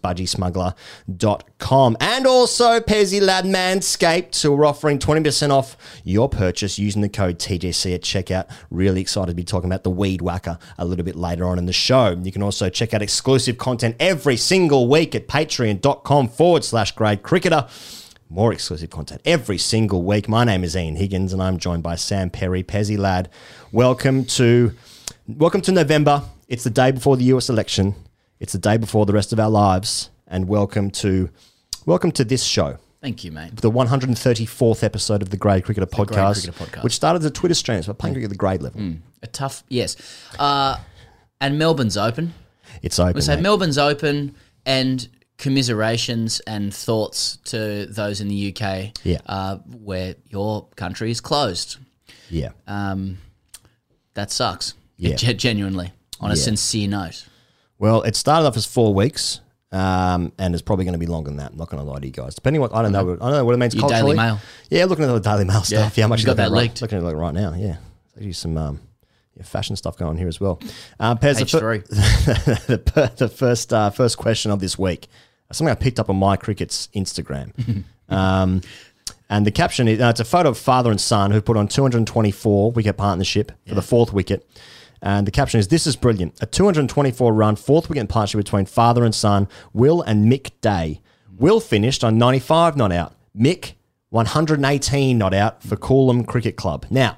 budgiesmuggler.com. And also Pezzy Lad Manscaped, who are offering 20% off your purchase using the code TDC at checkout. Really excited to be talking about the Weed Whacker a little bit later on in the show. You can also check out exclusive content every single week at patreon.com forward slash grade cricketer. More exclusive content every single week. My name is Ian Higgins and I'm joined by Sam Perry, Pezzy Lad. Welcome to welcome to November. It's the day before the US election. It's the day before the rest of our lives. And welcome to welcome to this show. Thank you, mate. The 134th episode of the Grade Cricketer, Grade podcast, Cricketer Podcast. Mm. which started as a Twitter stream, so we're playing cricket at the grade level. A tough, yes. Uh, and Melbourne's open. It's open. We say mate. Melbourne's open and commiserations and thoughts to those in the UK Yeah. uh, where your country is closed. yeah. Um, that sucks. Yeah. Ge- genuinely, on a Yeah. sincere note. Well, it started off as four weeks, um, and it's probably going to be longer than that. I'm not going to lie to you guys. Depending what I don't know, I don't know what it means Mm-hmm. Your culturally. Daily Mail. Yeah, looking at the Daily Mail stuff. Yeah, I'm actually you looking got at that it right- leaked. Looking at it right now. Yeah, there's some um, yeah, fashion stuff going on here as well. Um, Pez, the Page fir- three. the, per- the first uh, first question of this week. Something I picked up on my cricket's Instagram. um, and the caption is uh, it's a photo of father and son who put on 224 wicket partnership for the fourth wicket. And the caption is This is brilliant. A 224 run fourth wicket partnership between father and son, Will and Mick Day. Will finished on 95 not out. Mick, 118 not out for Coolum Cricket Club. Now,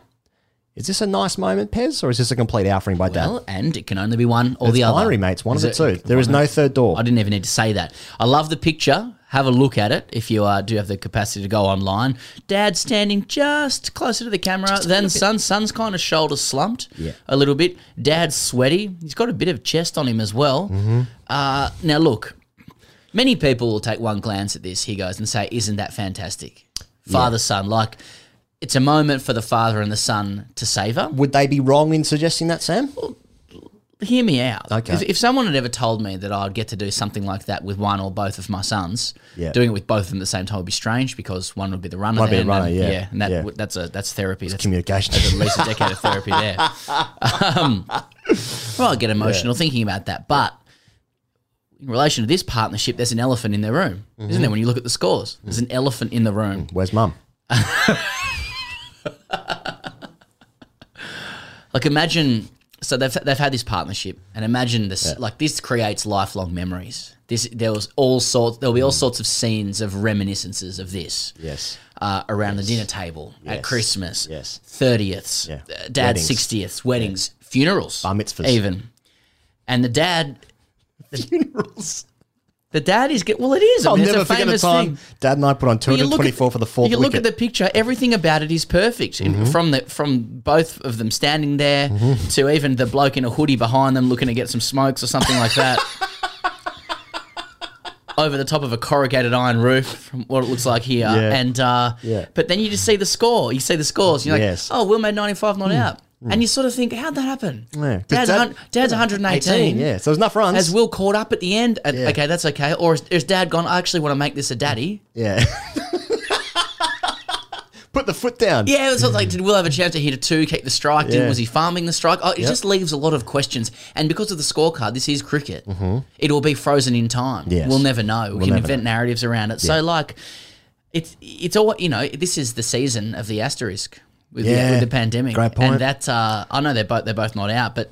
is this a nice moment, Pez, or is this a complete offering by Dad? Well, and it can only be one or it's the other. binary, mate. It's one Is of the it- two. There is no third door. I didn't even need to say that. I love the picture. Have a look at it if you uh, do have the capacity to go online. Dad standing just closer to the camera than son. Son's kind of shoulder slumped Yeah. a little bit. Dad's sweaty. He's got a bit of chest on him as well. Uh, now, look, many people will take one glance at this, he goes, and say, Isn't that fantastic? Father, son. Like, it's a moment for the father and the son to savor. Would they be wrong in suggesting that, Sam? hear me out. Okay. If, if someone had ever told me that I'd get to do something like that with one or both of my sons, Yeah. doing it with both of them at the same time would be strange because one would be the runner, Might be then, the runner, and, yeah. and that Yeah. would that's a that's therapy. That's Communication. at least a decade of therapy there. Um, Well, I get emotional thinking about that. But in relation to this partnership, there's an elephant in the room, isn't there? When you look at the scores, there's an elephant in the room. Where's mum? Like imagine, so they've they've had this partnership, and imagine this. Like this creates lifelong memories. This there was all sorts. There'll Mm. be all sorts of scenes of reminiscences of this. Yes. uh, around the dinner table at Yes. Christmas, Yes. thirtieths, Yeah. uh, dad's Weddings. sixtieths, weddings, funerals, Bar mitzvahs. even, and the dad. The, funerals. The dad is get well. It is. I I'll mean, it's never a forget the famous time thing. Dad and I put on But you look at 224 for the fourth You look wicket. at Mm-hmm. the picture. Everything about it is perfect. in- From the from both of them standing there to even the bloke in a hoodie behind them looking to get some smokes or something like that. Over the top of a corrugated iron roof, from what it looks like here, Yeah. and uh, Yeah. but then you just see the score. You see the scores. You're like, Yes. Mm. oh, Will made 95, not out, and you sort of think, how'd that happen? Yeah. 'Cause Dad's, Dad- hun- Dad's 118. 18, yeah. So there's enough runs. Has Will caught up at the end? Uh, Yeah. Okay, that's okay. Or is, is Dad gone? I actually want to make this a daddy. yeah. put the foot down. Yeah, it was like, did Will have a chance to hit a two, kick the strike? Did, Mm. Yeah. was he farming the strike? Oh, it Yep. just leaves a lot of questions. And because of the scorecard, this is cricket. Mm-hmm. It will be frozen in time. Yes. We'll never know. We can never invent narratives around it. So, like, it's it's all you know. This is the season of the asterisk with, Yeah. the, with the pandemic. Great point. And that's uh, I know they're both they're both not out, but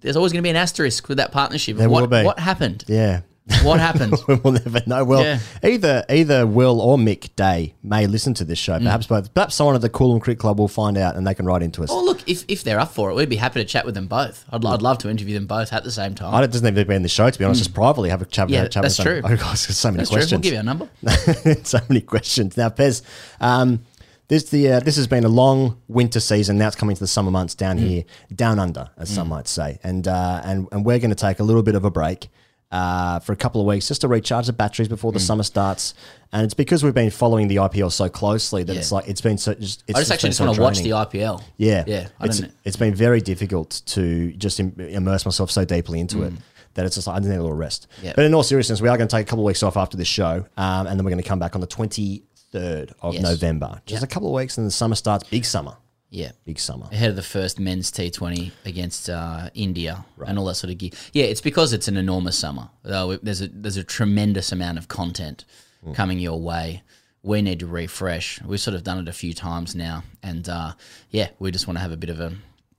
there's always going to be an asterisk with that partnership. There what, will be. What happened? Yeah. What happened? we'll never know. Well, Yeah. either either Will or Mick Day may listen to this show. Mm. Perhaps both. Perhaps someone at the Cool and Cricket Club will find out, and they can write into us. Oh, look, if, if they're up for it, we'd be happy to chat with them both. I'd, I'd love to interview them both at the same time. I don't, it doesn't even have to be in the show, to be honest. Just privately have a chat. Hmm. Yeah, have a chat that's with them. true. I've got so many That's true. questions. We'll give you a number. so many questions now, Pez. Um, this the uh, this has been a long winter season. Now it's coming to the summer months down Hmm. here, down under, as some might say, and uh, and and we're going to take a little bit of a break. Uh, for a couple of weeks, just to recharge the batteries before the Hmm. summer starts, and it's because we've been following the IPL so closely that it's Yeah. like it's been so. Just, it's I just been actually just so want to watch the draining. IPL. Yeah, Yeah. I It's, don't know. it's been very difficult to just im- immerse myself so deeply into it that it's just like I need a little rest. Mm. Yeah. But in all seriousness, we are going to take a couple of weeks off after this show, um, and then we're going to come back on the twenty third of Yes. November. Just Yeah. a couple of weeks, and the summer starts. Big summer, Yeah. big summer. Ahead of the first men's T20 against uh, India and all that sort of gear. Yeah, it's because it's an enormous summer. Though it- there's a there's a tremendous amount of content coming your way. We need to refresh. We've sort of done it a few times now, and uh, yeah, we just want to have a bit of a,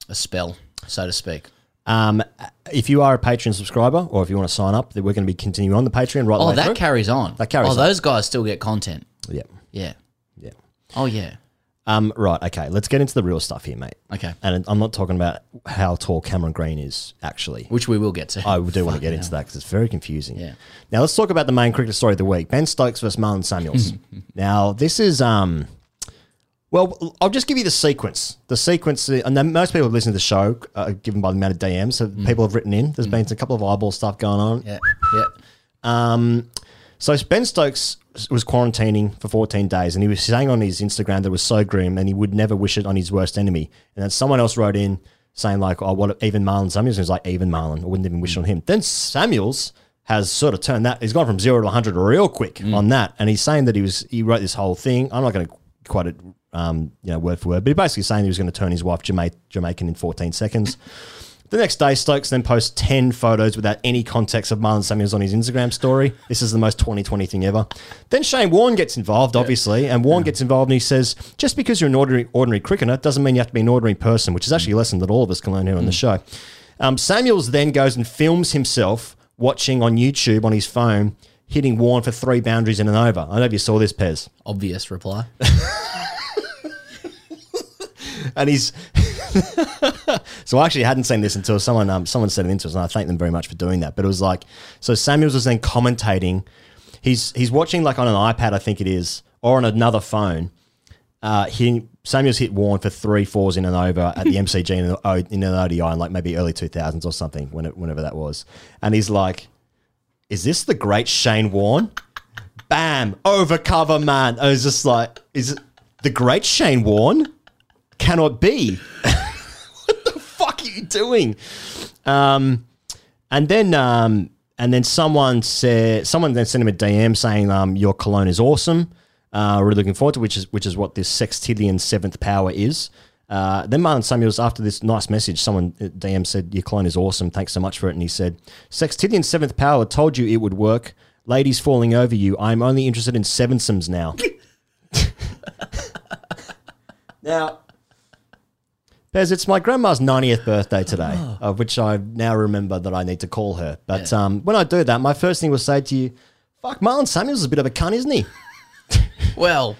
a spell, so to speak. Um, if you are a Patreon subscriber, or if you want to sign up, then we're going to be continuing on the Patreon right. the Oh, way that through. carries on. That carries Oh, on. those guys still get content. yeah, Yeah. yeah. Oh yeah. Um, right, okay. Let's get into the real stuff here, mate. Okay. And I'm not talking about how tall Cameron Green is actually. Which we will get to. I do want to get into that because it's very confusing. Yeah. Now let's talk about the main cricket story of the week: Ben Stokes versus Marlon Samuels. now this is um, well, I'll just give you the sequence. The sequence, uh, and then most people who listen to the show, uh, given by the amount of DMs, so people have written in. There's been a couple of eyeball stuff going on. Yeah. Yeah. So Ben Stokes was quarantining for 14 days, and he was saying on his Instagram that it was so grim, and he would never wish it on his worst enemy. And then someone else wrote in saying like, "Oh, what even Marlon Samuels?" And he's like, "Even Marlon, I wouldn't even wish it on him." Then Samuels has sort of turned that. He's gone from zero to 100 real quick on that, and he's saying that he was he wrote this whole thing. I'm not going to quite it, um, you know, word for word, but he basically saying he was going to turn his wife Jama- Jamaican in 14 seconds. The next day, Stokes then posts 10 photos without any context of Marlon Samuels on his Instagram story. This is the most 2020 thing ever. Then Shane Warne gets involved, obviously, and Warne gets involved and he says, just because you're an ordinary, ordinary cricketer doesn't mean you have to be an ordinary person, which is actually a lesson that all of us can learn here on the show. Um, Samuels then goes and films himself watching on YouTube on his phone, hitting Warne for three boundaries in an over. I don't know if you saw this, Pez. Obvious reply. and he's so I actually hadn't seen this until someone um, someone sent it into us, and I thank them very much for doing that. But it was like so Samuels was then commentating. He's he's watching like on an iPad, I think it is, or on another phone. Uh, he Samuels hit Warren for three fours in an over at the MCG in an, O- in an ODI in like maybe early two thousands or something, when it, whenever that was. And he's like, "Is this the great Shane Warne?" Bam, over cover, man. I was just like, "Is it the great Shane Warne?" cannot be. what the fuck are you doing? Um, and then um, and then someone said someone then sent him a DM saying um, your cologne is awesome. Uh, we're looking forward to which is which is what this sextillion seventh power is. Uh, then Marlon Samuels, after this nice message, someone at DM said, Your clone is awesome. Thanks so much for it. And he said, Sextillion Seventh Power told you it would work. Ladies falling over you. I'm only interested in sevensomes now. now, Bez, it's my grandma's 90th birthday today, of which I now remember that I need to call her. But um, when I do that, my first thing will say to you, Fuck, Marlon Samuels is a bit of a cunt, isn't he? Well,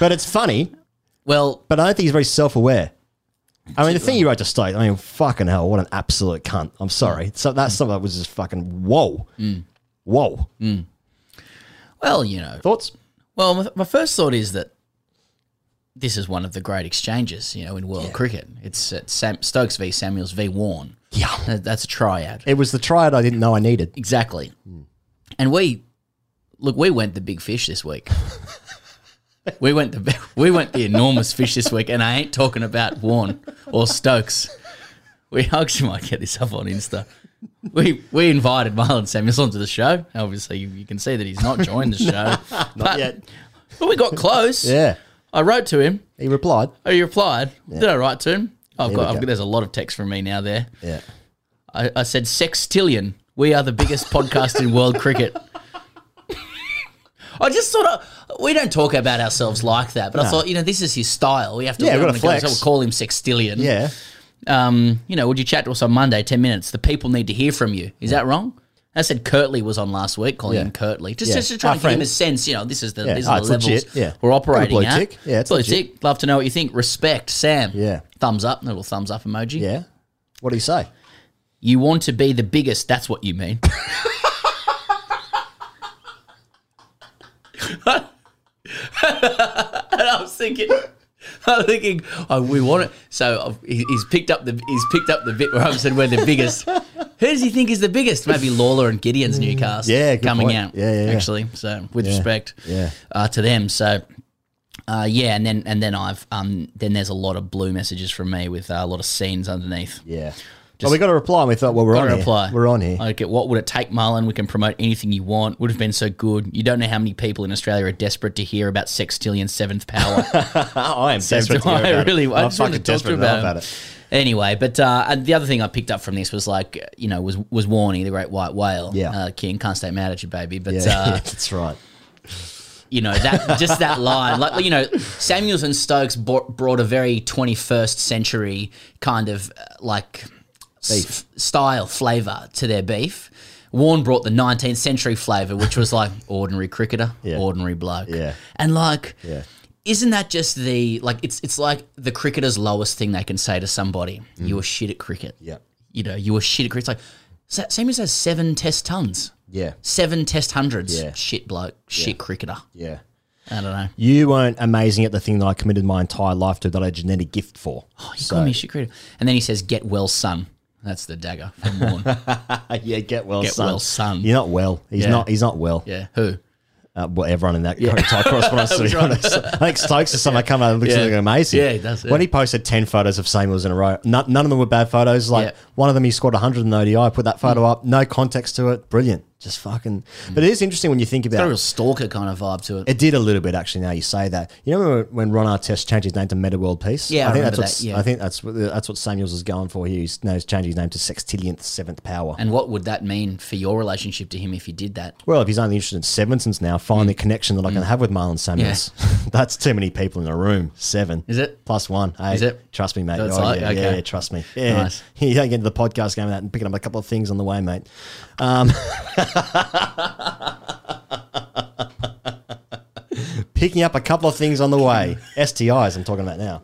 But it's funny. well, but I don't think he's very self aware. I mean, the thing you wrote to state, I mean, fucking hell, what an absolute cunt. I'm sorry. So that's something that was just fucking whoa. Whoa. well, you know. Thoughts? Well, my- my first thought is that this is one of the great exchanges, you know, in world cricket. It's at Sam, Stokes v Samuels v Warren. Yeah. That- That's a tryout. It was the triad I didn't know I needed. Exactly. Hmm. And we look, we went the big fish this week. we went the we went the enormous fish this week, and I ain't talking about Warren or Stokes. We actually might get this up on Insta. We we invited Marlon Samuels onto the show. Obviously, you, you can see that he's not joined the show. not but, yet. But we got close. Yeah. I wrote to him. He replied. Oh, you replied. Did I write to him? I've There we got, I've go. got. There's a lot of text from me now. There. Yeah. I, I said sextillion. We are the biggest podcast in world cricket. I just sort of we don't talk about ourselves like that, but I No. thought you know this is his style. We have to Yeah, we we've got don't to wanna go- flex. so we'll call him sextillion. Yeah. Um, you know, would you chat to us on Monday, ten minutes? The people need to hear from you. Is that wrong? I said Curtly was on last week, calling Yeah. him Curtly. Just, Yeah. just to try Our and give him a friend. sense, you know, this is the Yeah. these Oh, are it's the levels legit. Yeah. we're operating Blue at. tick. Yeah, it's blue legit. tick. Love to know what you think. Respect, Sam. Yeah. Thumbs up, little thumbs up emoji. Yeah. What do you say? You want to be the biggest. That's what you mean. and I was thinking, I'm thinking, oh, we want it. So I've, he- he's picked up the he's picked up the bit where I've said we're the biggest. Who does he think is the biggest? Maybe Lawler and Gideon's new cast. yeah, good coming point. out. Yeah, yeah, yeah. actually. So with respect, yeah. uh, to them. So. Uh, yeah, and then and then I've um then there's a lot of blue messages from me with uh, a lot of scenes underneath. Yeah. well, we got a reply and we thought, well, we're Got on to here. reply. We're on here. Like, what would it take, Marlon? We can promote anything you want. Would have been so good. You don't know how many people in Australia are desperate to hear about Sextillion Seventh Power. Oh, I am desperate to hear I about it. really, I I'm just fucking wanted to talk to desperate you about, know it. Anyway, but uh, and the other thing I picked up from this was like, you know, was was Warney, the great white whale, Yeah. uh, king. Can't stay mad at you, baby. But Yeah, uh, that's right. you know that just that line like you know samuels and stokes brought, brought a very 21st century kind of uh, like s- style flavor to their beef warren brought the 19th century flavor which was like ordinary cricketer Yeah. ordinary bloke Yeah. and like Yeah. isn't that just the like it's it's like the cricketer's lowest thing they can say to somebody you were shit at cricket Mm. Yeah. you know you were shit at cricket it's like Sa- samuels has seven test tons Yeah. seven test hundreds Yeah. shit bloke shit cricketer Yeah. i don't know You weren't amazing at the thing that I committed my entire life to that I had a genetic gift for. Oh, You call me shit creative. And then he says, get well, son. That's the dagger from Warren. yeah, get well, Get son. well, son. You're not well. He's Yeah. not. He's not well. yeah. Who? Uh, well, everyone in that entire correspondence, to be honest. I think Stokes is someone I come out and looks Yeah. like amazing. Yeah, he does, yeah. When he posted ten photos of Samuels in a row, none, none of them were bad photos. Like Yeah. Mm. one of them, he scored 100 in ODI. Put that photo up. No context to it. Brilliant. Just fucking. But it is interesting when you think Got a about. real stalker kind of vibe to it. It did a little bit actually. Now you say that, you know when- when Ron Artest changed his name to Meta World Peace. Yeah, I think remember that's what's- that, yeah. I think that's what, that's what Samuels is going for here. He's now he's changing his name to Sextillionth Seventh Power. and what would that mean for your relationship to him if you did that? well, if he's only interested in Sevensons now, Hmm. find the connection that I can have with Marlon Samuels. that's too many people in a room. Seven Is it? plus one? Hey, Is it? Trust me, mate. That's Oh, like- yeah, okay. yeah, yeah, trust me. Yeah, Nice. you don't get into the podcast game without picking up a couple of things on the way, mate. Um, picking up a couple of things on the way. STIs, I'm talking about now.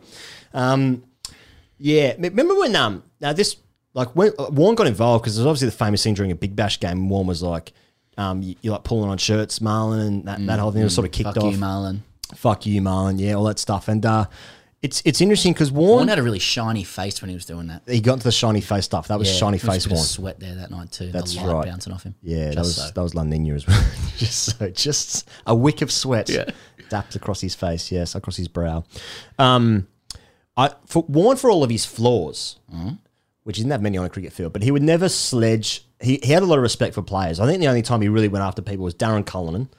Yeah, m- remember when um now this like when uh, Warren got involved because there's obviously the famous scene during a Big Bash game. Warren was like, um, you, you're like pulling on shirts, Marlon, and that, that whole thing was sort of kicked Mm, Fuck off. you, Marlon. Fuck you, Marlon. Yeah, all that stuff. And uh, it's it's interesting because Warren Warren, had a really shiny face when he was doing that. he got into the shiny face stuff. That was Yeah, shiny there was face a bit of Warren. sweat there that night too. That's the light right. bouncing off him. Yeah, that Just was so. that was La Nina as well. just so just a wick of sweat dapped across his face, yes, across his brow. Um, I for, warned for all of his flaws, Mm-hmm. which he didn't have many on a cricket field, but he would never sledge. He, he had a lot of respect for players. I think the only time he really went after people was Darren Cullinan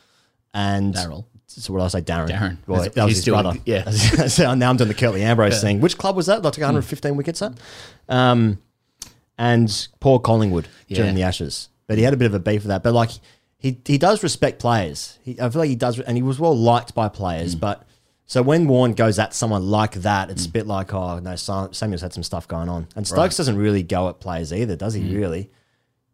and Darryl. So what did I say, Darren? Darren. Well, He's- that was he's his doing- brother. yeah. Hmm. so now I'm doing the Curtly Ambrose thing. Which club was that? Like 115 wickets up. Um, and poor Collingwood during Yeah. the Ashes, but he had a bit of a beef with that. But like he he does respect players. He, I feel like he does, and he was well liked by players. Mm. But so when Warren goes at someone like that, it's a bit like oh no, Sam, Samuel's had some stuff going on, and Stokes doesn't really go at players either, does Mm. he? Really,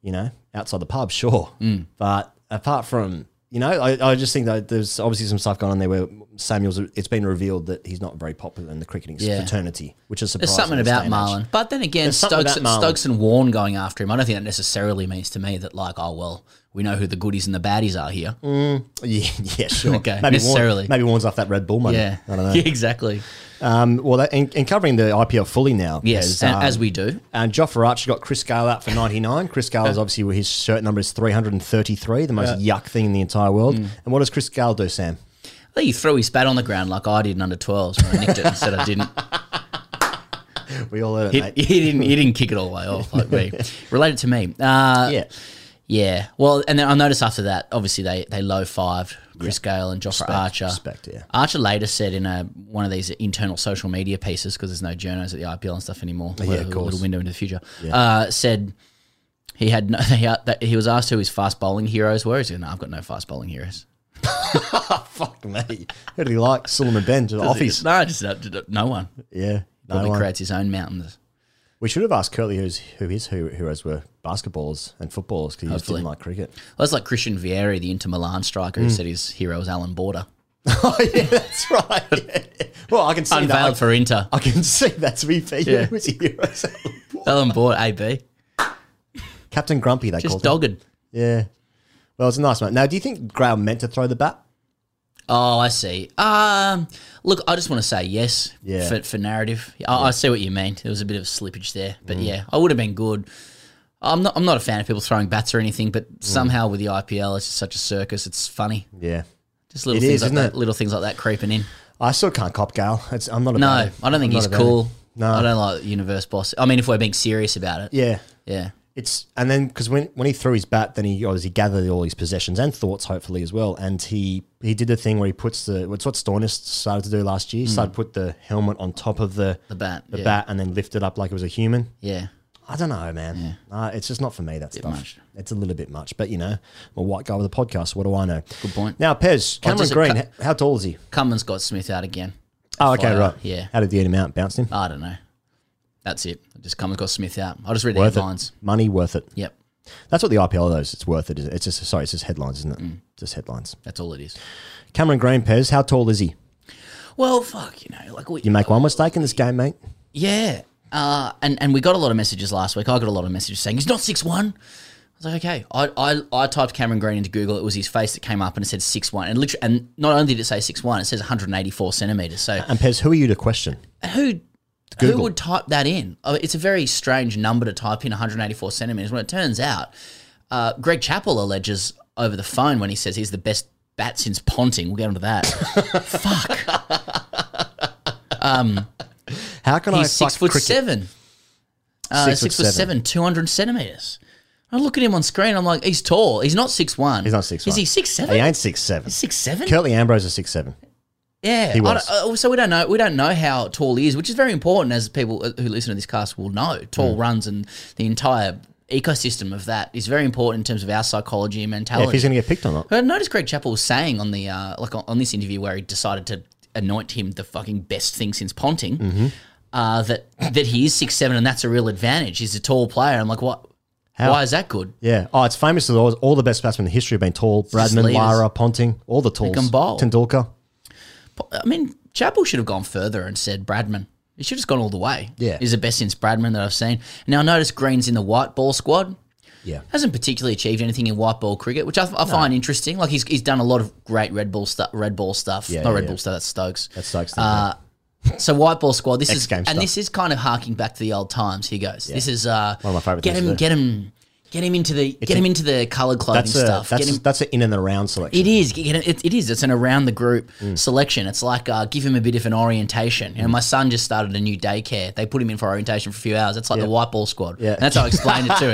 you know, outside the pub, sure, but apart from. You know, I, I just think that there's obviously some stuff going on there where Samuel's. It's been revealed that he's not very popular in the cricketing Yeah. fraternity, which is There's surprising. something in this about day and age. Marlon. But then again, There's something Stokes, about Marlon. Stokes and Warren going after him, I don't think that necessarily means to me that, like, oh, well, we know who the goodies and the baddies are here. Mm. Yeah, yeah, sure. Okay, Warren- necessarily. maybe Warren's off that Red Bull money. Yeah. I don't know. Yeah, exactly. Um, well, that, and, and covering the IPL fully now. Yes, is, and, um, as we do. And Jofra Archer got Chris Gale out for 99. Chris Gale Uh, is obviously his shirt number is 333, the most yuck thing in the entire world. hmm. And what does Chris Gale do, Sam? I think he threw his bat on the ground like I did in under 12s when I nicked it and said I didn't. We all heard it, He, mate. he didn't. He didn't kick it all the way off like me. Related to me. Uh, yeah. Yeah. Well, and then I noticed after that, obviously they they low fived Chris Gale and Jofra Archer. respect, yeah. Archer later said in a one of these internal social media pieces because there's no journos at the IPL and stuff anymore. Yeah, of A course. little window into the future. Uh, said. He had no, he, had- that he was asked who his fast bowling heroes were. He said, "No, I've got no fast bowling heroes." Oh, Fuck me. Who did he like? Solomon Ben to the office. No, just uh, d- d- no one. Yeah. No Probably one. creates his own mountains. We should have asked Curly who's, who his hero- heroes were basketballers and footballers because he just Hopefully. didn't like cricket. Well, that's like Christian Vieri, the Inter Milan striker, Mm. who said his hero was Alan Border. oh, yeah, that's right. Well, I can see that. Unveiled for Inter. I can see that's me for you. Yeah. It was a Euros album. Alan Border, AB. Captain Grumpy, they Just called him. dogged. Yeah. Well, it's a nice one. Now, do you think Grau meant to throw the bat? Oh, I see. Um, look, I just want to say yes Yeah. for, for narrative. I, I see what you mean. There was a bit of slippage there, but Mm. yeah, I would have been good. I'm not. I'm not a fan of people throwing bats or anything, but Mm. somehow with the IPL, it's just such a circus. It's funny. Yeah. Just little It things is, like isn't that. it? Little things like that creeping in. I still can't cop Gale. It's, I'm not a No, fan. I don't think I'm not he's a fan. cool. No. I don't like Universe Boss. I mean, if we're being serious about it, Yeah. yeah. It's and then because when when he threw his bat, then he obviously gathered all his possessions and thoughts, hopefully as well. And he he did the thing where he puts the it's what Stornis started to do last year. He started to put the helmet on top of the Hmm. The bat, the yeah. bat, and then lift it up like it was a human. yeah. I don't know, man. Uh, it's just not for me. That stuff. much. It's a little bit much, but you know, I'm a white guy with a podcast. What do I know? Good point. Now, Pez Oh, Cameron does it Green. cut- h- how tall is he? Cummins got Smith out again. Oh, okay, Fire, right. yeah. Uh, How did you eat him out? Bounced him. I don't know. That's it. Just Cummins got Smith out. I'll just read the worth headlines. it. Money worth it. Yep, That's what the IPL does. It's worth it. isn't it? It's just sorry. It's just headlines, isn't it? Mm. Just headlines. that's all it is. Cameron Green, Pez. How tall is he? Well, fuck, you know, like we, You make one mistake in this game, mate. yeah, uh, and and we got a lot of messages last week. I got a lot of messages saying he's not six one. I was like, okay. I, I, I typed Cameron Green into Google. It was his face that came up and it said six one, and literally, and not only did it say six one, it says one hundred and eighty four centimeters. So And Pez, who are you to question? who Google. who would type that in? Oh, It's a very strange number to type in 184 centimeters. When it turns out, uh, Greg Chappell alleges over the phone when he says he's the best bat since Ponting. We'll get onto that. Fuck. How can I? He's six fuck foot cricket? seven. Uh, Six six, foot foot seven. seven, two hundred centimeters. I look at him on screen. I'm like, he's tall. He's not six one. He's not six. Is he six He seven? ain't six seven. Six seven? Curtly Ambrose is six seven. Yeah, He I was. don't- uh, so we don't know. We don't know how tall he is, which is very important, as people uh, who listen to this cast will know. Tall Hmm. runs and the entire ecosystem of that is very important in terms of our psychology and Yeah, if mentality. he's going to get picked or not. I noticed Greg Chappell was saying on the uh, like on, on this interview where he decided to anoint him the fucking best thing since Ponting. Mm-hmm. Uh, that that he is six seven and that's a real advantage. He's a tall player. I'm like, what? How? Why is that good? Yeah. Oh, it's famous that all, all the best batsmen in history have been tall. just Bradman, leaders. Lara, Ponting, all the talls. can bowl. Tendulkar. I mean, Chappell should have gone further and said Bradman. He should have just gone all the way. Yeah. He's the best since Bradman that I've seen. Now, I noticed Green's in the white ball squad. Yeah. Hasn't particularly achieved anything in white ball cricket, which I, I find interesting. Like, he's, he's done a lot of great red ball, stu- red ball stuff. Yeah, Not yeah, red yeah. ball stuff, that's Stokes. That's Stokes. Uh, so white ball squad. This X is Games and stuff. this is kind of harking back to the old times. Here goes. This is uh, One of my favourite Get things him, to do. get him, Get him into the get him into the coloured clothing That's a, stuff. that's, Get him, that's an in and around selection. Hmm. it is. Get him- It, it is. It's an around the group selection. It's like uh, give him a bit of an orientation. You know, my son just started a new daycare. They put him in for orientation for a few hours. That's like the white ball squad. Yeah. And that's how I explained it to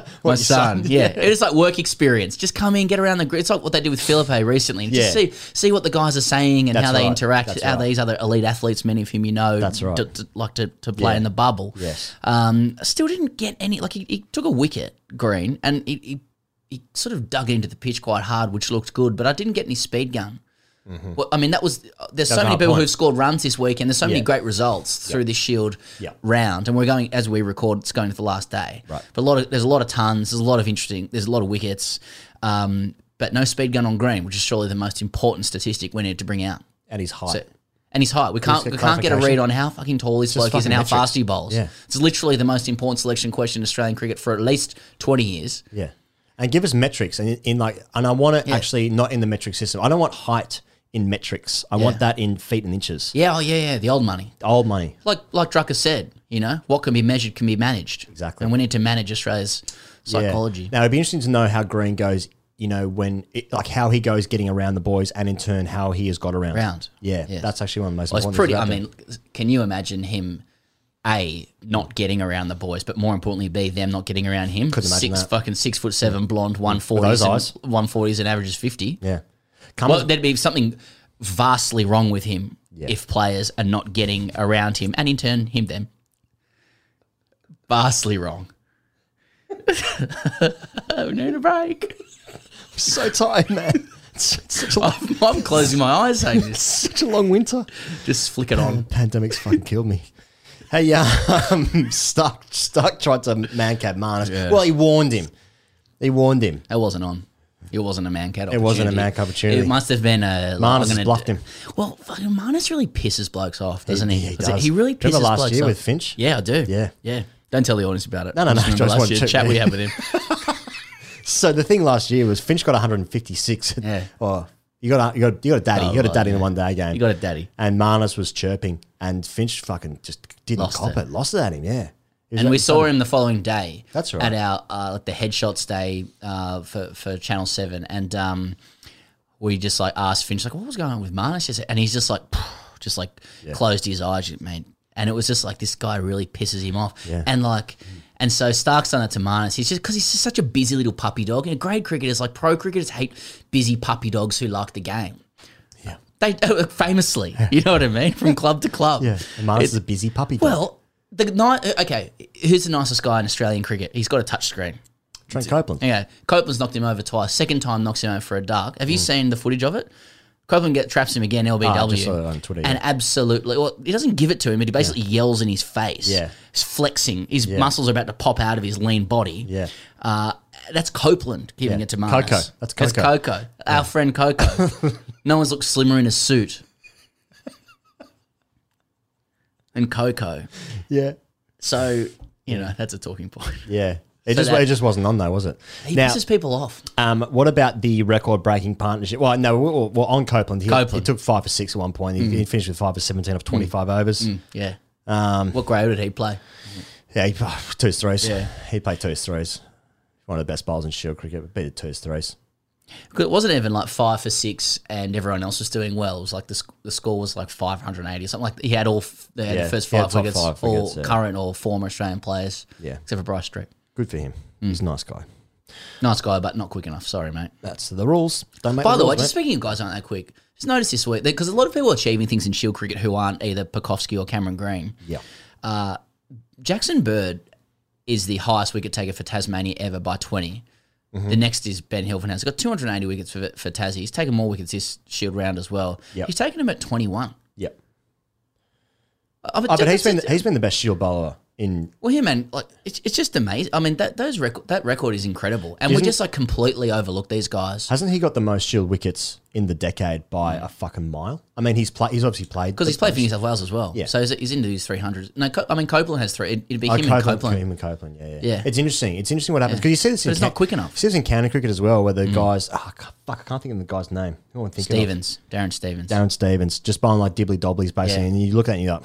him. my son. Yeah. It's like work experience. Just come in, get around the group. It's like what they did with Felipe recently. And Just Yeah. see see what the guys are saying and That's how they right. interact. That's how right. these other elite athletes, many of whom you know, That's right. d- d- like to, to play Yeah. in the bubble. Yes. Um, still didn't get any. Like he, he took a wicket, Green, and he, he he sort of dug into the pitch quite hard, which looked good. But I didn't get any speed gun. Mm-hmm. Well, I mean, that was uh, there's a so many hard people point. who've scored runs this weekend. There's so many Yeah. great results through this Shield Yeah. round, and we're going as we record. It's going to the last day. Right. But a lot of there's a lot of tons. There's a lot of interesting. There's a lot of wickets. Um, but no speed gun on green, which is surely the most important statistic we need to bring out. And he's high. So- and he's high. We can't Just get we can't get a read clarification. on how fucking tall this Just bloke is fucking and how metrics. fast he bowls. Yeah. It's literally the most important selection question in Australian cricket for at least twenty years. Yeah. And give us metrics and in, in like, and I want it actually not in the metric system. I don't want height in metrics. I want that in feet and inches. Yeah, oh yeah, yeah, the old money. Old money. Like like Drucker said, you know, what can be measured can be managed. Exactly. And we need to manage Australia's Yeah. psychology. Now it'd be interesting to know how Green goes. You know when, it, like, how he goes getting around the boys, and in turn how he has got around. Round. Yeah, Yes. that's actually one of the most. Well, it's important pretty. things I about mean, can you imagine him? A not getting around the boys, but more importantly, B them not getting around him. Couldn't imagine six that. fucking six foot seven blonde, one those forties, eyes. one forties, and averages fifty. it. yeah. Come Well, there'd be something vastly wrong with him if players are not getting around him, and in turn, him them. Vastly wrong. we need a break. so tired, man. It's, it's such, a, I'm, I'm closing my eyes saying this. such a long winter. Just flick it on. Pandemic's fucking killed me. Hey, um, Stark, Stark tried to man cab Marnus. Well, he warned him. He warned him. That wasn't on. It wasn't a man cat. It wasn't a man cat opportunity. It must have been a. Marnus I'm has bluffed him. Well, fucking Marnus really pisses blokes off, doesn't he? he Is it- does. he really pisses Remember last blokes year off. with Finch? Yeah, I do. Yeah. yeah. Don't tell the audience about it. No, no, Just no, remember just last one year, check, chat we yeah. had with him. So the thing last year was Finch got 156. Yeah. Or Oh, you got a, you got you got a daddy. Oh, you got a right, daddy in yeah. the one day game. You got a daddy. And Marnus was chirping, and Finch fucking just didn't Lost cop it. it. Lost it at him. Yeah. He was and like- we saw him the following day. That's right. At our uh, like the headshots day uh, for for Channel Seven, and um, we just like asked Finch like, "What was going on with Marnus?" yesterday?" And he's just like, just like closed his eyes, just, man. And it was just like this guy really pisses him off, Yeah. and like. And so Stark's done that to Marnus. He's just because he's just such a busy little puppy dog. And grade cricketers, like pro cricketers, hate busy puppy dogs who like the game. Yeah, they famously, you know what I mean, from club to club. Yeah. And Marnus It- is a busy puppy. dog. well, the ni- okay, who's the nicest guy in Australian cricket? He's got a touch screen. Trent Copeland. Okay, Copeland's knocked him over twice. Second time knocks him over for a dark. Have you seen the footage of it? Copeland get traps him again, LBW, Mm. Ah, I just saw it on Twitter, and yeah. absolutely, well, he doesn't give it to him, but he basically yells in his face. Yeah. he's flexing. His muscles are about to pop out of his lean body. Yeah. uh, that's Copeland giving Yeah. it to Marnus. Coco. That's That's Coco. Coco, our friend Coco. no one's looked slimmer in a suit. And Coco, Yeah. so you know that's a talking point. Yeah. It So just that- it just wasn't on though, was it? He now, pisses people off. um, what about the record-breaking partnership? Well, no, we- well, well, on Copeland, he, Copeland. Mm. he took five for six at one point. He, he finished with five for seventeen of twenty-five overs. Yeah. Um, what grade did he play? Yeah, he, twos threes. Yeah. he played twos threes. One of the best bowlers in Shield cricket, but beat it twos threes. 'Cause It wasn't even like five for six, and everyone else was doing well. It was like the, sc- the score was like five hundred eighty or something. Like he had all f- they had Yeah, the first he had five top wickets, five all wickets, yeah. current or former Australian players. Yeah. except for Bryce Street. Good for him. Mm. He's a nice guy. Nice guy, but not quick enough. Sorry, mate. That's the rules. Don't make By the way, rules, just mate. speaking of guys aren't that quick, just noticed this week because a lot of people are achieving things in Shield cricket who aren't either Pekowski or Cameron Green. yeah, Jackson Bird is the highest wicket taker for Tasmania ever by 20. Mm-hmm. The next is Ben Hilfenhaus. He's got 280 wickets for, for Tassie. He's taken more wickets this Shield round as well. Yep. He's taken them at 21. yeah. I Oh, but he's been he's been the best Shield bowler in. well, yeah, man. Like it's, it's just amazing. I mean, that those record that record is incredible, and we Isn't- just like completely overlook these guys Hasn't he got the most Shield wickets in the decade by a fucking mile? I mean, he's play, He's obviously played Mm. because he's played for New South Wales as well. Yeah. So he's, he's into his 300s. No, Co- I mean Copeland has three. It'd be Oh, him and Copeland. Him and Copeland, yeah, yeah. Yeah. It's interesting. It's interesting what happens because you see this. But in it's Ca- not quick enough. Mm. you See this in county cricket as well, where the guys. Oh, I can't- fuck, I can't think of the guy's name. Who am I thinking of? Stevens, Darren Stevens. Darren Stevens, just bowling like dibbly dobblies basically, Yeah. Mm. and you look at it and you're like,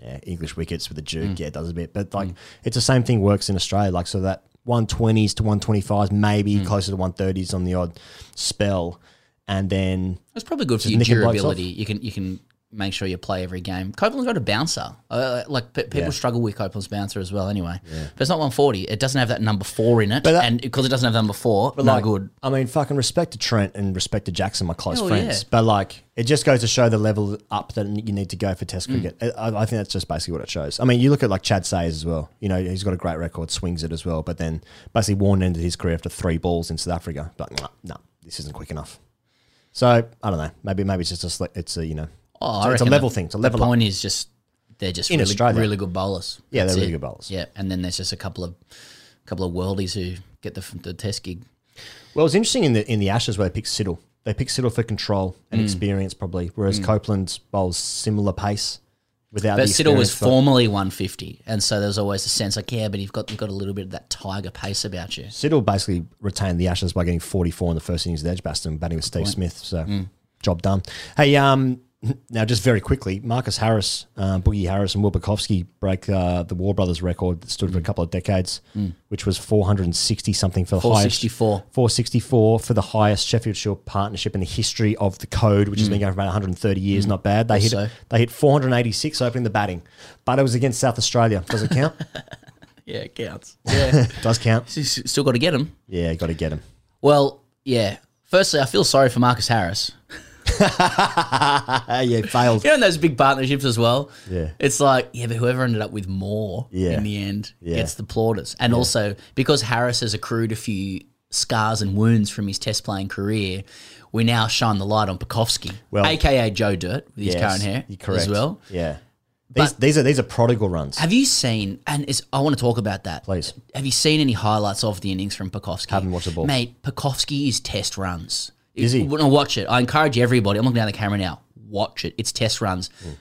yeah, English wickets with a juke, yeah, it does a bit, but like it's the same thing works in Australia, like so that 120s to 125s, maybe Mm. closer to 130s on the odd spell. And then It's probably good for Just your nick it blokes durability. You can you can make sure you play every game. Copeland's got a bouncer. Uh, like pe- people Yeah. struggle with Copeland's bouncer as well. Anyway, but it's not 140. It doesn't have that number four in it, But that- and because it doesn't have number four, no like, good. I mean, fucking respect to Trent and respect to Jackson, my close Hell friends. yeah. But like, it just goes to show the level up that you need to go for Test Mm. cricket. I, I think that's just basically what it shows. I mean, you look at like Chad Sayers as well. You know, he's got a great record, swings it as well. But then basically, Warren ended his career after three balls in South Africa. But no, no, this isn't quick enough. So I don't know. Maybe maybe it's just a sle- it's a you know Oh, it's, I a- it's a reckon level the- thing. It's a the level up. point is just they're just In really, Australia. really good bowlers. Yeah, they're That's really it. good bowlers. Yeah, and then there's just a couple of couple of worldies who get the the test gig. Well, it's interesting in the in the Ashes where they picked Siddle. They picked Siddle for control Hmm. and experience probably, whereas Copeland bowls similar pace without. But the Siddle was experience, but- formerly 150, and so there's always a sense like, yeah, but you've got you've got a little bit of that tiger pace about you. Siddle basically retained the Ashes by getting 44 in the first innings of Edgebaston, batting with Steve Smith. So, job done. Hey, um, now just very quickly, Marcus Harris, uh, Boogie Harris, and Will Bukowski break uh, the War Brothers record that stood for a couple of decades, which was 460 something for the highest. 464. 464 for the highest Sheffield Shield partnership in the history of the code, which has been going for about 130 years. Not bad. They hit so. they hit 486 opening the batting, but it was against South Australia. Does it count? Yeah, it counts. Yeah, Does count. So you s- still got to get him. Yeah, got to get him. Well, yeah. Firstly, I feel sorry for Marcus Harris. Ah, yeah, failed. You know, in those big partnerships as well. Yeah. It's like, yeah, but whoever ended up with more Yeah. in the end Yeah. gets the plaudits. And also, because Harris has accrued a few scars and wounds from his test playing career, we now shine the light on Pekowski, Well- aka Joe Dirt, with his current hair You're correct. as well. Yeah. These, these are these are prodigal runs. Have you seen? And it's, I want to talk about that. Please. Have you seen any highlights of the innings from Pekowski? Haven't watched the ball. mate. Pekowski is test runs. Is he? When I watch it, I encourage everybody. I'm looking down the camera now. Watch it. It's test runs, Hmm.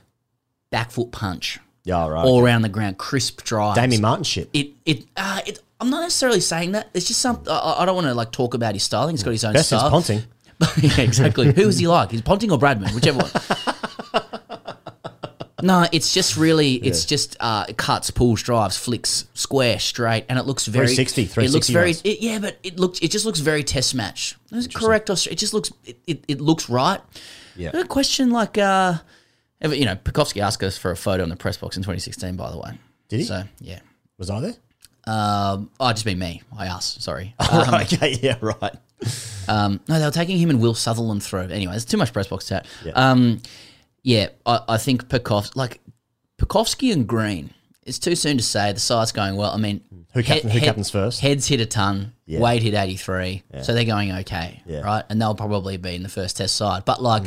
back foot punch, yeah, all right. all around the ground, crisp drives. Damien Martin shit. It it uh, it. I'm not necessarily saying that. It's just something. I, I don't want to like talk about his styling. He's got his own Best since style. Ponting. yeah, exactly. Who is he like? Is Ponting or Bradman? Whichever one. no, it's just really, it's just uh, cuts, pulls, drives, flicks, square, straight, and it looks very 360, It looks 360 very, runs. it- yeah, but it looked, it just looks very test match. Is it correct? Or, it just looks, it, it, it looks right. Yeah. A question like, uh, ever- you know, Pekowski asked us for a photo in the press box in 2016, by the way. Did he? So yeah, Was I there? um, oh, just be me. I asked. Sorry. Um, Right, okay, yeah, right. No, they were taking him and Will Sutherland through. Anyway, it's too much press box chat. Yeah, um, yeah I, I think Pekov, like Pekovsky and Green. It's too soon to say. The side's going well. I mean, Who captain- who captains first? Heads hit a ton. Yeah. Wade hit eighty three. So they're going okay, Yeah. Mm. right? And they'll probably be in the first Test side. But like,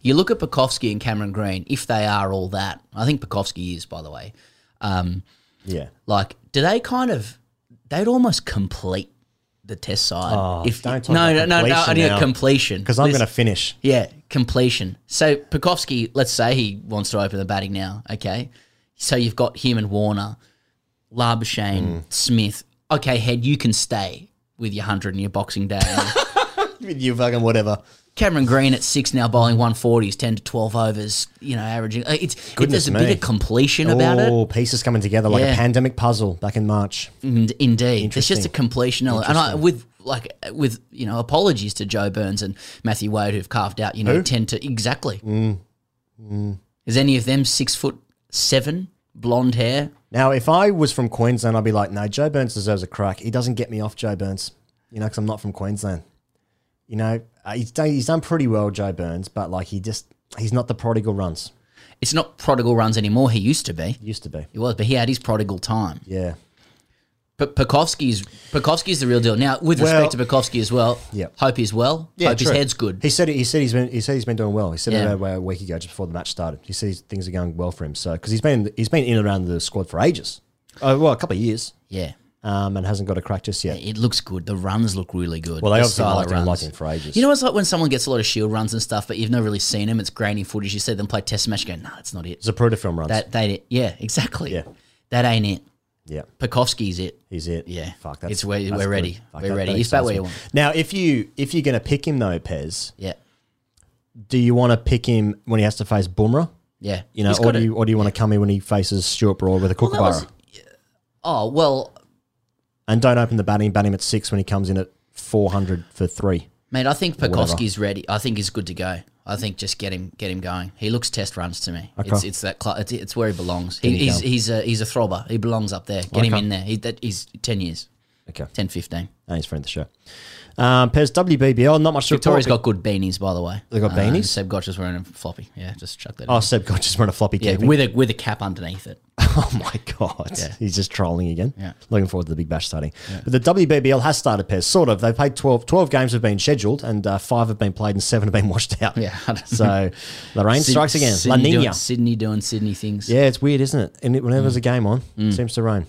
you look at Pekovsky and Cameron Green. If they are all that, I think Pekovsky is. By the way, Yeah. like do they kind of they'd almost complete the test side Oh, don't talk no about no no no I completion need now. a completion Because I'm This- going to finish. yeah completion so Pekowski let's say he wants to open the batting now okay so you've got him and Warner Mm. Labuschagne Smith okay head you can stay with your 100 and your boxing day You fucking whatever. Cameron Green at six now bowling 140s 10 to 12 overs you know averaging uh, it's it, Goodness there's a me. bit of completion about it Oh, pieces coming together like a Yeah. pandemic puzzle back in March. In- Indeed, it's just a Interesting. completion element, and I, with like with you know apologies to Joe Burns and Matthew Wade who've carved out you know ten to exactly. Mm. Is any of them six foot seven, blonde hair? Now, if I was from Queensland, I'd be like, no, Joe Burns deserves a crack. He doesn't get me off Joe Burns, you know, because I'm not from Queensland. You know, uh, he's done, he's done pretty well, Joe Burns, but like he just, he's not the prodigal runs. It's not prodigal runs anymore. He used to be. Used to be. He was, but he had his prodigal time. Yeah. But Pekowski's Pekowski's the real deal. Now, with Well- respect to Pekowski as well, Yeah. hope he's well. hope true. his head's good. He said he said he's been he said he's been doing well. He said Yeah. it about a week ago, just before the match started. He said things are going well for him. So because he's been he's been in and around the squad for ages, oh well, a couple of years, yeah, um, and hasn't got a crack just yet. it looks good. The runs look really good. Well, they The obviously style of liked him, liked runs. him for ages. You know, it's like when someone gets a lot of shield runs and stuff, but you've never really seen them. It's grainy footage. You see them play test match, you go, no, that's not it. Zapruder film runs. That, that it. Yeah, exactly. Yeah. That ain't it. yeah. Pekowski's it. He's it. Yeah. Fuck that. It's where- we're ready. We're ready. He's about where you want. Now, if you if you're going to pick him though, Pez, Yeah. do you want to pick him when he has to face Boomer? Yeah. You know, He's or got do it. you, or do you want to come in when he faces Stuart Broad with a that kookaburra? was- Oh, well, And don't open the batting. Bat him at six when he comes in at 400 for three. Mate, I think whatever. Pekoski's ready. I think he's good to go. I think just get him, get him going. He looks test runs to me. It's, it's that cl- it's, it's where he belongs. He, he's he's a he's a throbber. He belongs up there. Get him in there. He, that he's ten years, Okay. 10, 15. And he's friend of the show. Um, Pez WBBL, not much to Victoria's report. got good beanies, by the way. They got Uh, beanies? Seb Gotcha's wearing a floppy. Yeah, just chuck that. Oh, in. Seb God just run a floppy yeah, keeping. with a with a cap underneath it. Oh my god, he's just trolling again. Yeah. Looking forward to the big bash starting. But the WBBL has started, Pez. Sort of. They've played 12, 12 games. Have been scheduled, and uh, five have been played, and seven have been washed out. Yeah, I don't So the rain Syd- strikes again. La Sydney Nina. doing, Sydney doing Sydney things. Yeah, it's weird, isn't it? And it, whenever Mm. there's a game on, it seems to rain.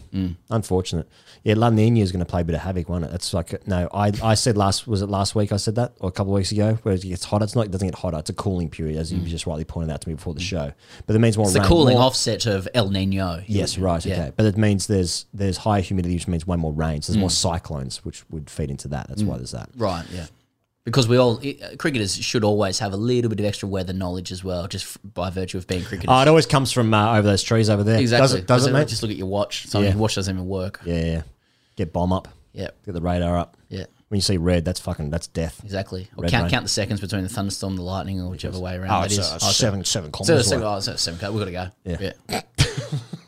Unfortunate. Yeah, La Nina is going to play a bit of havoc, won't it? That's like no. I, I said last was it last week? I said that or a couple of weeks ago. Where it gets hotter. It's not. It doesn't get hotter. It's a cooling period, as you just rightly pointed out to me before the show. But it means more Mm. It's the rain. cooling more- offset of El Nino. Yes, right. Yeah. Okay, but it means there's there's higher humidity, which means way more rain. So there's more cyclones, which would feed into that. That's why there's that. Mm. Right, yeah. Because we all i- uh, cricketers should always have a little bit of extra weather knowledge as well, just f- by virtue of being cricketers. Oh, it always comes from uh, over those trees over there. exactly. Does it? Does it, Because mate? Just look at your watch. So yeah. Yeah. your watch doesn't even work. yeah, yeah. Get bomb up. Yeah. Get the radar up. Yeah. When you see red, that's fucking that's death. Exactly. Or Red count, rain. count the seconds between the thunderstorm, the lightning, or whichever way around that it's, is. uh, so- seven- seven So, kilometres so, away. oh, so seven cut. We've got to go. Yeah.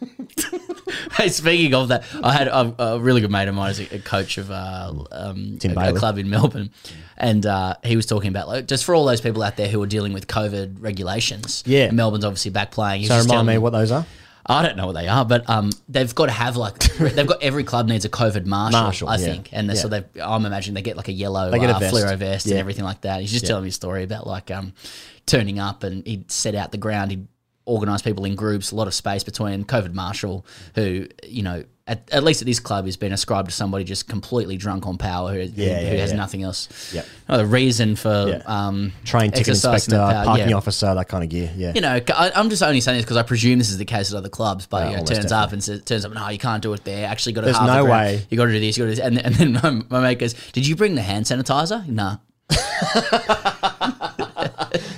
hey, speaking of that, I had a, a really good mate of mine, is a, a coach of uh, um, Tim a, a Bailey. club in Melbourne, and uh, he was talking about like just for all those people out there who are dealing with COVID regulations. Yeah. and Melbourne's obviously back playing. He was So just remind telling me what those are. I don't know what they are, but um, they've got to have like they've got every club needs a COVID marshal, Marshal, I yeah. think, and they- so Yeah. they I'm imagining they get like a yellow They get a uh, vest. fluoro vest Yeah. and everything like that. He's just telling me a story about like um, turning up and he'd set out the ground, he'd organise people in groups, a lot of space between COVID marshal, who you know at, at least at this club has been ascribed to somebody just completely drunk on power who, who, Yeah, yeah, who has yeah. nothing else. Yeah. Oh, the reason for Yeah. um, Train ticket exercising inspector, that power, parking yeah officer, that kind of gear. Yeah. you know, I, I'm just only saying this because I presume this is the case at other clubs. But Yeah, you know, almost turns up and says, turns up, no, you can't do it there. Actually, got to There's half the no ground. way. You got to do this. You got to do this. And, and then my, my mate goes, "Did you bring the hand sanitizer?" Nah.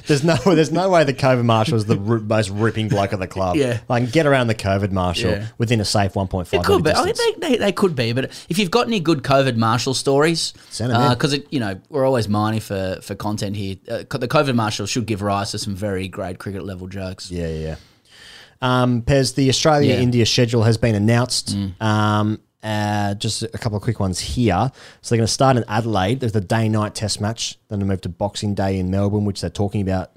There's no there's no way the COVID marshal is the r- most ripping bloke of the club. Yeah. I can get around the COVID marshal Yeah. within a safe 1.5 It could be. metre I mean, distance. they, they, they could be. But if you've got any good COVID marshal stories, Send 'em in. because it you know we're always mining for for content here. Uh, co- the COVID marshal should give rise to some very great cricket level jokes. Yeah, yeah. yeah. Um, Pez, the Australia Yeah. Mm. India schedule has been announced. Um, uh, just a couple of quick ones here. So they're going to start in Adelaide. There's the day night test match. Then they move to Boxing Day in Melbourne, which they're talking about.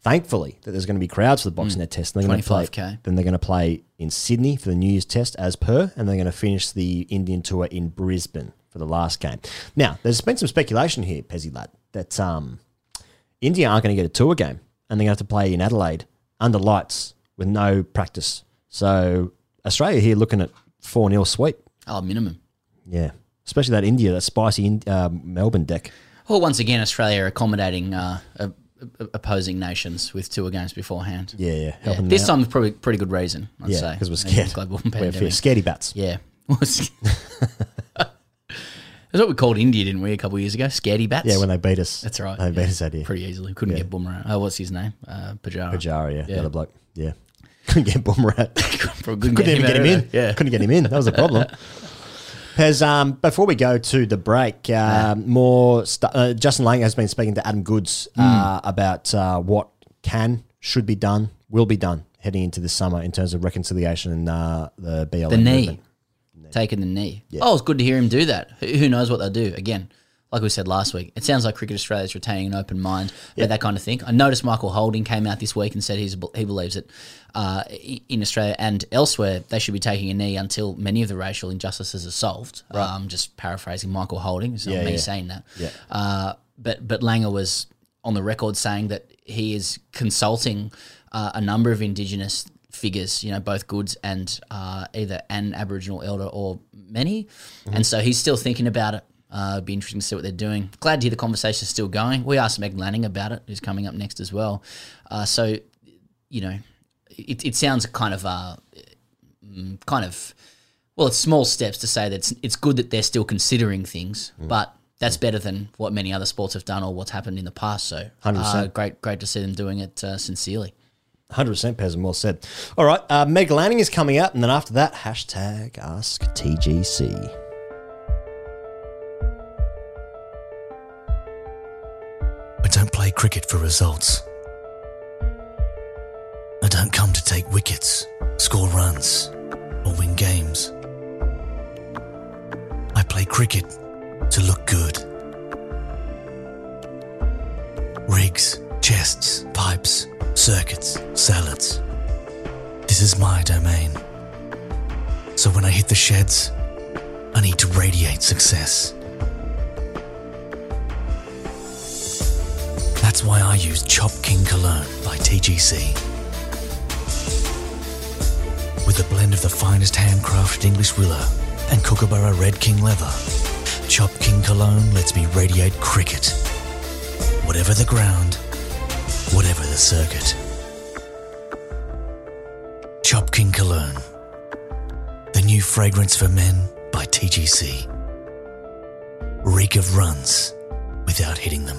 Thankfully, that there's going to be crowds for the Hmm. Boxing Day test. And they're going to play. 25K. Then they're going to play in Sydney for the New Year's test, as per, and they're going to finish the Indian tour in Brisbane for the last game. Now, there's been some speculation here, Pezzy lad, that um, India aren't going to get a tour game, and they're going to have to play in Adelaide under lights with no practice. So Australia here looking at four 0 sweep. Oh, minimum. Yeah, especially that India, that spicy in, uh, Melbourne deck. Well, once again, Australia accommodating uh, a, a- opposing nations with tour games beforehand. Yeah, yeah, Yeah, helping them this out. time, probably pretty good reason. I'd yeah, say because we're in scared. Global we're pandemic. fear, scaredy bats. Yeah, that's what we called India, didn't we? A couple of years ago, scaredy bats. Yeah, when they beat us. that's right. They beat yeah. us out here. pretty easily. Couldn't get Boomerang. Oh, what's his name? Uh, Pajara. Pajara, yeah, the Yeah. other bloke. Yeah, couldn't get Boomerang. Couldn't, couldn't even get him out in. of there. Yeah. couldn't get him in. That was a problem. Has um, before we go to the break, uh, Ah. more stu uh, Justin Lang has been speaking to Adam Goods uh, Hmm. about uh, what can should be done, will be done heading into the summer in terms of reconciliation and uh, the BLM the knee, movement. taking the knee. Oh, it's good to hear him do that. Who, who knows what they'll do again? Like we said last week, it sounds like Cricket Australia's retaining an open mind about that kind of thing. I noticed Michael Holding came out this week and said he's, he believes that uh, i- in Australia and elsewhere they should be taking a knee until many of the racial injustices are solved. Um, just paraphrasing Michael Holding, it's not Yeah, me yeah. saying that. Yeah. Uh, but but Langer was on the record saying that he is consulting uh, a number of Indigenous figures, you know, both Goods and uh, either an Aboriginal elder or many, and so he's still thinking about it. Uh, it'd be interesting to see what they're doing. Glad to hear the conversation's still going. We asked Meg Lanning about it, who's coming up next as well. Uh, so, you know, it, it sounds kind of uh, mm, kind of well, it's small steps to say that it's, it's good that they're still considering things, but that's better than what many other sports have done or what's happened in the past. So, uh, 100%. great, great to see them doing it uh, sincerely. Hundred percent, Pez, and well said. All right, uh, Meg Lanning is coming out, and then after that, hashtag Ask TGC. play cricket for results. I don't come to take wickets, score runs, or win games. I play cricket to look good. Rigs, chests, pipes, circuits, salads. This is my domain. So when I hit the sheds, I need to radiate success. That's why I use Chop King Cologne by TGC. With a blend of the finest handcrafted English willow and Kookaburra Red King leather, Chop King Cologne lets me radiate cricket. Whatever the ground, whatever the circuit. Chop King Cologne. The new fragrance for men by TGC. Reek of runs without hitting them.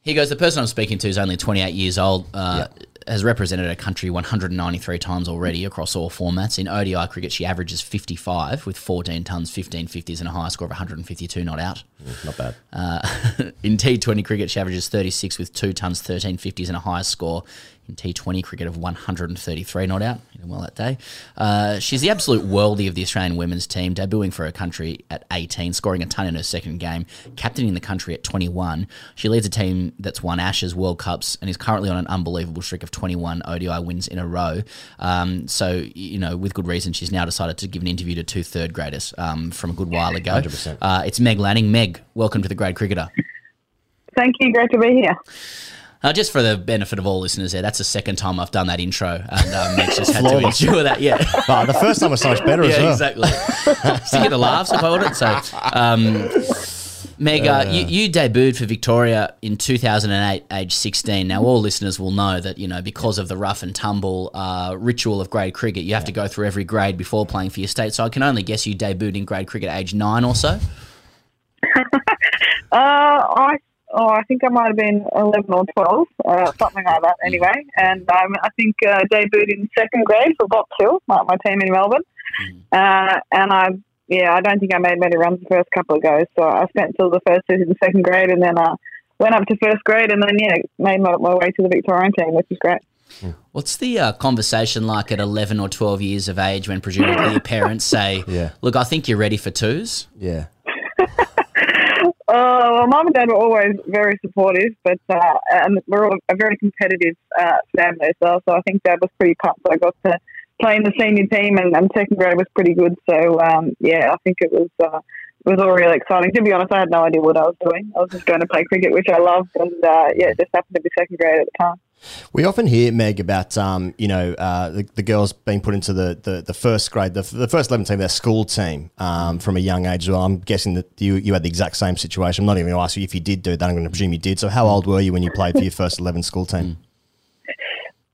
He goes, The person I'm speaking to is only 28 years old, uh, has represented our country 193 times already across all formats. In ODI cricket, she averages 55 with 14 tons, 15 50s, and a high score of 152 not out. Not bad. In T20 cricket, she averages 36 with 2 tons, 13 50s, and a high score. In T20 cricket of 133 not out. Did well that day. Uh, she's the absolute worldie of the Australian women's team, debuting for her country at 18, scoring a ton in her second game, captaining the country at 21. She leads a team that's won Ashes, World Cups, and is currently on an unbelievable streak of 21 ODI wins in a row. Um, so, you know, with good reason, she's now decided to give an interview to two third graders um, from a good while ago. Uh, it's Meg Lanning. Meg, welcome to the Great Cricketer. Thank you. Great to be here. Uh, just for the benefit of all listeners, there, that's the second time I've done that intro, and um, Meg's just had to endure that. Yeah, But the first time was so much better as yeah, well. exactly. so you get the laughs about it. So, um, Meg, uh, you, you debuted for Victoria in 2008, age 16. Now, all listeners will know that you know because of the rough and tumble uh, ritual of grade cricket, you have to go through every grade before playing for your state. So, I can only guess you debuted in grade cricket at age nine or so. Uh, I oh, I think I might have been eleven or twelve, uh, something like that. Anyway, and um, I think uh, debuted in second grade for Box Hill, my, my team in Melbourne. Uh, and I, yeah, I don't think I made many runs the first couple of goes. So I spent till the first season in second grade, and then uh, went up to first grade, and then yeah, made my, my way to the Victorian team, which is great. What's the uh, conversation like at 11 or 12 years of age when presumably your parents say, Yeah. Look, I think you're ready for twos? Yeah. Uh, well, mum and dad were always very supportive, but uh, and we're all a very competitive uh, family as well. So I think dad was pretty pumped. that I got to play in the senior team, and, and second grade was pretty good. So um, yeah, I think it was uh, it was all really exciting. To be honest, I had no idea what I was doing. I was just going to play cricket, which I loved, and uh, yeah, it just happened to be second grade at the time. We often hear Meg about um, you know uh, the, the girls being put into the, the, the first grade, the, the first eleven team, their school team um, from a young age. Well, I'm guessing that you you had the exact same situation. I'm not even going to ask you if you did do that. I'm going to presume you did. So, how old were you when you played for your first eleven school team?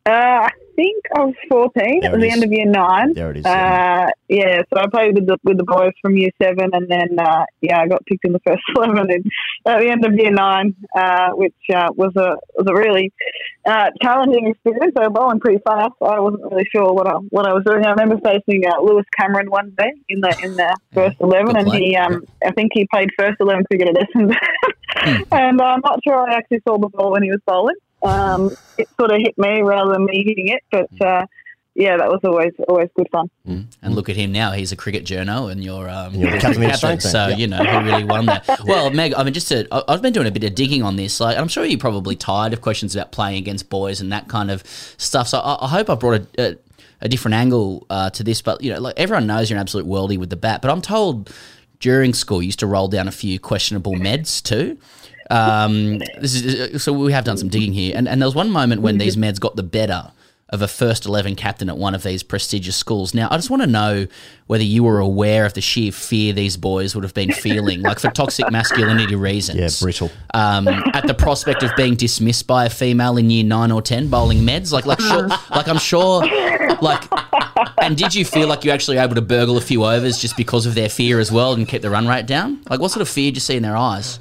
Uh, I think I was 14 There at it the is. end of year nine. There it is, Uh, yeah, so I played with the, with the boys from year seven, and then uh, yeah, I got picked in the first eleven in, at the end of year nine, uh, which uh, was a was a really uh, challenging experience. I was bowling pretty fast. I wasn't really sure what I what I was doing. I remember facing uh, Lewis Cameron one day in the in the Mm. first eleven, good and he bloke. um, I think he played first eleven cricket at Essendon, and I'm not sure I actually saw the ball when he was bowling. Um, it sort of hit me rather than me hitting it, but uh, yeah, that was always always good fun. And look at him now. He's a cricket journo and you're, um, You're Mm. the captain of the Australian team, So, yeah. you know, he really won that. Well, Meg, I mean, just to, I- I've been doing a bit of digging on this. Like, I'm sure you're probably tired of questions about playing against boys and that kind of stuff. So I, I hope I brought a, a, a different angle uh, to this. But, you know, like everyone knows you're an absolute worldie with the bat. But I'm told during school you used to roll down a few questionable meds too. uh, Um, this is so we have done some digging here, and, and there was one moment when these meds got the better of a first 11 captain at one of these prestigious schools. Now, I just want to know whether you were aware of the sheer fear these boys would have been feeling, like for toxic masculinity Mm. reasons. Yeah, brittle. Um, at the prospect of being dismissed by a female in year nine or 10 bowling meds. Like, like, sure, like I'm sure, like, and did you feel like you actually were able to burgle a few overs just because of their fear as well and keep the run rate down? Like, what sort of fear did you see in their eyes?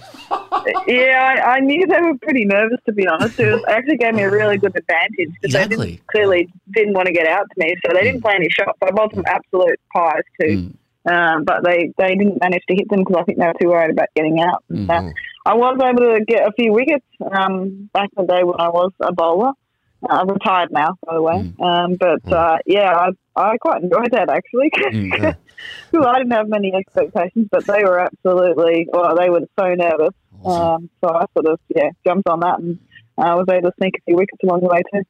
yeah, I, I knew they were pretty nervous to be honest. It was, it actually gave me a really good advantage because they Exactly. didn't, clearly didn't want to get out to me, so they didn't play any shots. I bowled some absolute pies too, um, but they, they didn't manage to hit them because I think they were too worried about getting out. and stuff. I was able to get a few wickets um, back in the day when I was a bowler. Uh, I'm retired now, by the way. Um, but uh, yeah, I, I quite enjoyed that actually. Mm. Well, I didn't have many expectations, but they were absolutely, well, they were so nervous. Um, so I sort of, yeah, jumped on that and uh, was able to sneak a few wickets along the way too.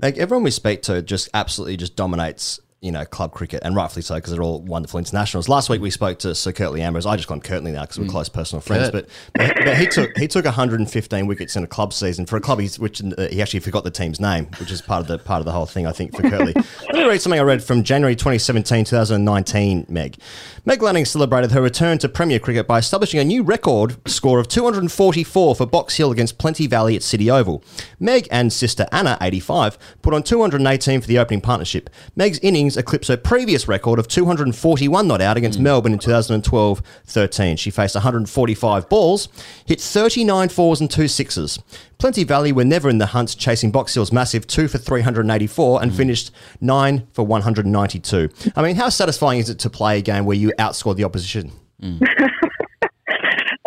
Like everyone we speak to just absolutely just dominates, you know, club cricket, and rightfully so because they're all wonderful internationals. Last week we spoke to Sir Curtly Ambrose. I just call him Curtly now because we're close personal friends. Curt. But, but, but he took he took 115 wickets in a club season for a club he's, which uh, he actually forgot the team's name, which is part of the part of the whole thing I think for Curtly. Let me read something I read from January 2017, 2019. Meg, Meg Lanning celebrated her return to Premier Cricket by establishing a new record score of 244 for Box Hill against Plenty Valley at City Oval. Meg and sister Anna, 85, put on 218 for the opening partnership. Meg's innings eclipsed her previous record of 241 not out against Melbourne in 2012-13. She faced 145 balls, hit 39 fours and two sixes. Plenty Valley were never in the hunt, chasing Box Hill's massive two for 384 and finished nine for 192. I mean, how satisfying is it to play a game where you outscored the opposition?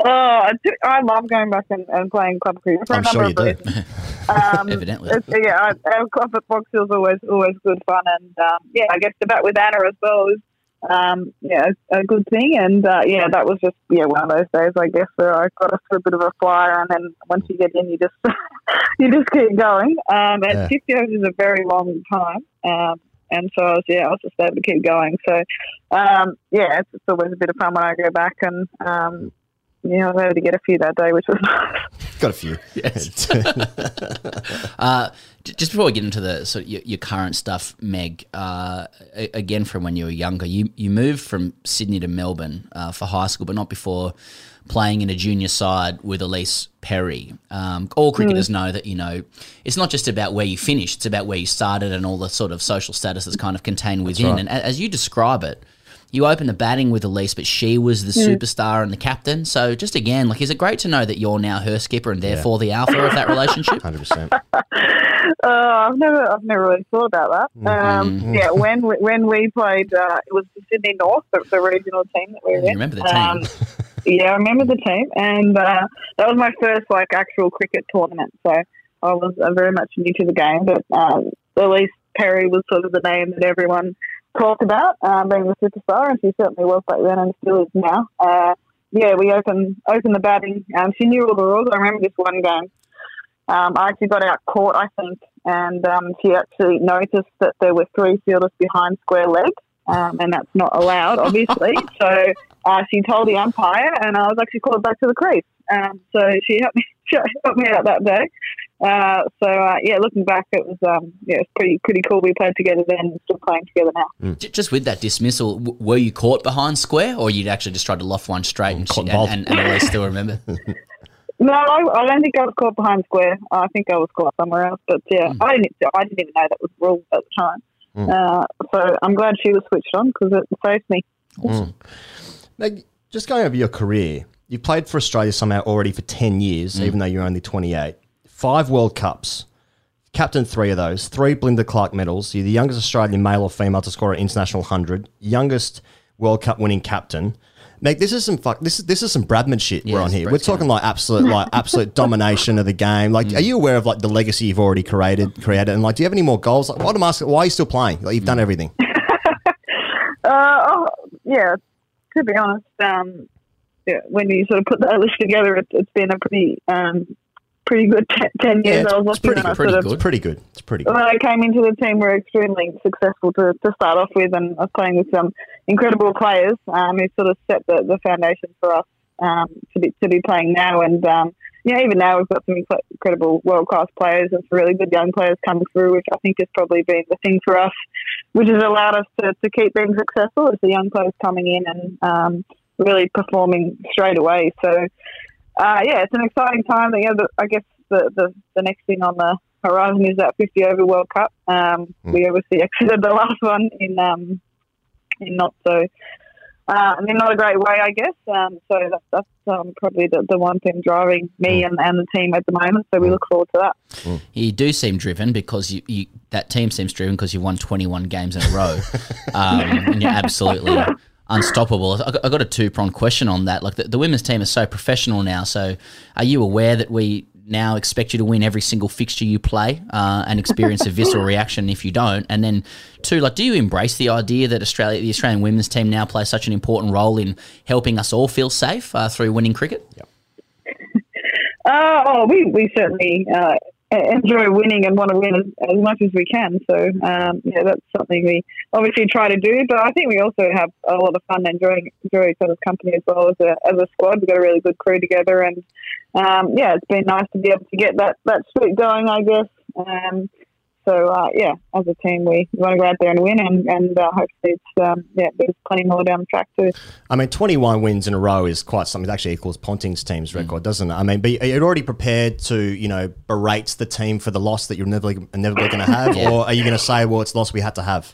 Oh, I, do- I love going back and, and playing club cricket for a I'm number sure you of reasons. do. Um, Evidently. it's- yeah, I- our club at Box Hill's always always good fun, and um, yeah, I guess the bat with Anna as well is um, yeah a good thing, and uh, yeah, that was just yeah one of those days I guess where I got us to a bit of a flyer, and then once you get in, you just you just keep going. Um, and Yeah. 50 overs is a very long time. Um, and so I was, yeah, I was just able to keep going. So, um, yeah, it's, it's always a bit of fun when I go back and, um, yeah, I was able to get a few that day, which was Got a few. Yes. uh, j- just before we get into the sort of your, your current stuff, Meg, uh, a- again from when you were younger, you, you moved from Sydney to Melbourne uh, for high school, but not before playing in a junior side with Elise Perry. Um, all cricketers know that, you know, it's not just about where you finished, it's about where you started and all the sort of social status that's kind of contained within. right. And a- as you describe it, you opened the batting with Elise, but she was the Mm. superstar and the captain. So just again, like, is it great to know that you're now her skipper and therefore the alpha of that relationship? Hundred percent. Oh, I've never, I've never really thought about that. Um, Mhm. Yeah, when we, when we played, uh, it was the Sydney North, the, the regional team that we were in. remember the team. Um, yeah, I remember the team, and uh, that was my first like actual cricket tournament. So I was uh, very much new to the game, but um, Elise Perry was sort of the name that everyone talked about um, being the superstar, and she certainly was back then and still is now. Uh, yeah, we opened opened the batting. Um, she knew all the rules. I remember this one game. Um, I actually got out caught, I think, and um, she actually noticed that there were three fielders behind square leg, um, and that's not allowed, obviously. so uh, she told the umpire, and I was actually called back to the crease. Um, so she helped me, she helped me out that day. Uh, so uh, yeah, looking back, it was um, yeah, it's pretty pretty cool. We played together then, and still playing together now. J- Just with that dismissal, w- were you caught behind square, or you'd actually just tried to loft one straight and, she, and, ball. and, and Elise still remember? No, I, I don't think I was caught behind square. I think I was caught somewhere else. But yeah, I didn't. I didn't even know that was a rule at the time. Mm. Uh, so I'm glad she was switched on because it saved me. Meg, just going over your career, you played for Australia somehow already for 10 years, even though you're only 28. Five World Cups, captain three of those, three Blinda Clark medals. You're the youngest Australian male or female to score an international 100, youngest World Cup winning captain. Meg, this is some fuck. This is this is some Bradman shit we're on here. We're talking like absolute, like absolute domination of the game. Like, are you aware of like the legacy you've already created, created, and like, do you have any more goals? Like, what am I asking? Why are you still playing? Like, you've done everything. Uh, oh, yeah, to be honest, um, yeah, when you sort of put that list together, it, it's been a pretty um, pretty good te- ten years. I was lucky pretty, when I good. pretty sort good. of Pretty good. It's pretty good. when I came into the team, we were extremely successful to, to start off with, and I was playing with some incredible players um, who sort of set the, the foundation for us um, to be to be playing now. And um, you know, even now we've got some inc- incredible world class players and some really good young players coming through, which I think has probably been the thing for us, which has allowed us to, to keep being successful as the young players coming in and um, really performing straight away. So, uh, yeah, it's an exciting time. You know, the, I guess the, the, the next thing on the horizon is that 50 over World Cup. Um, We obviously exited the last one in um, in not so uh, I mean, not a great way, I guess. Um, so that, that's um, probably the, the one thing driving me and, and the team at the moment. So we look forward to that. You do seem driven because you, you that team seems driven because you won 21 games in a row. um, and you're absolutely unstoppable. I got, I got a two pronged question on that. Like the, the women's team is so professional now. So are you aware that we now expect you to win every single fixture you play uh, and experience a visceral reaction if you don't? And then two, like, do you embrace the idea that Australia, the Australian women's team, now plays such an important role in helping us all feel safe uh, through winning cricket? Uh, oh, we, we certainly uh, enjoy winning and want to win as, as much as we can. So, um, yeah, that's something we obviously try to do. But I think we also have a lot of fun enjoying, enjoy each other's company as well as a, as a squad. We've got a really good crew together. And, um, yeah, it's been nice to be able to get that, that streak going, I guess. Um, so, uh, yeah, as a team, we want to go out there and win. And, and uh, hopefully, it's, um, yeah, there's plenty more down the track, too. I mean, 21 wins in a row is quite something. It actually equals Ponting's Hmm. team's record, doesn't it? I mean, but are you already prepared to, you know, berate the team for the loss that you're never, never going to have? Yeah. Or are you going to say, well, it's loss we had to have?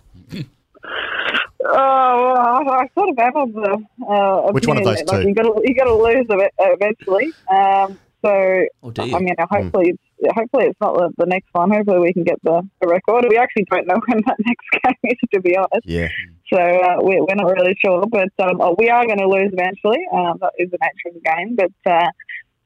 Oh, well, I, I sort of am of the. Uh, Which one of opinion those that, like, two? You got you got to lose it eventually. Um, so do I you? mean, uh, Hmm. hopefully, it's, hopefully it's not the, the next one. Hopefully, we can get the, the record. We actually don't know when that next game is, to be honest. Yeah. So uh, we're, we're not really sure, but um, oh, we are going to lose eventually. Um, that is the nature of the game, but. Uh,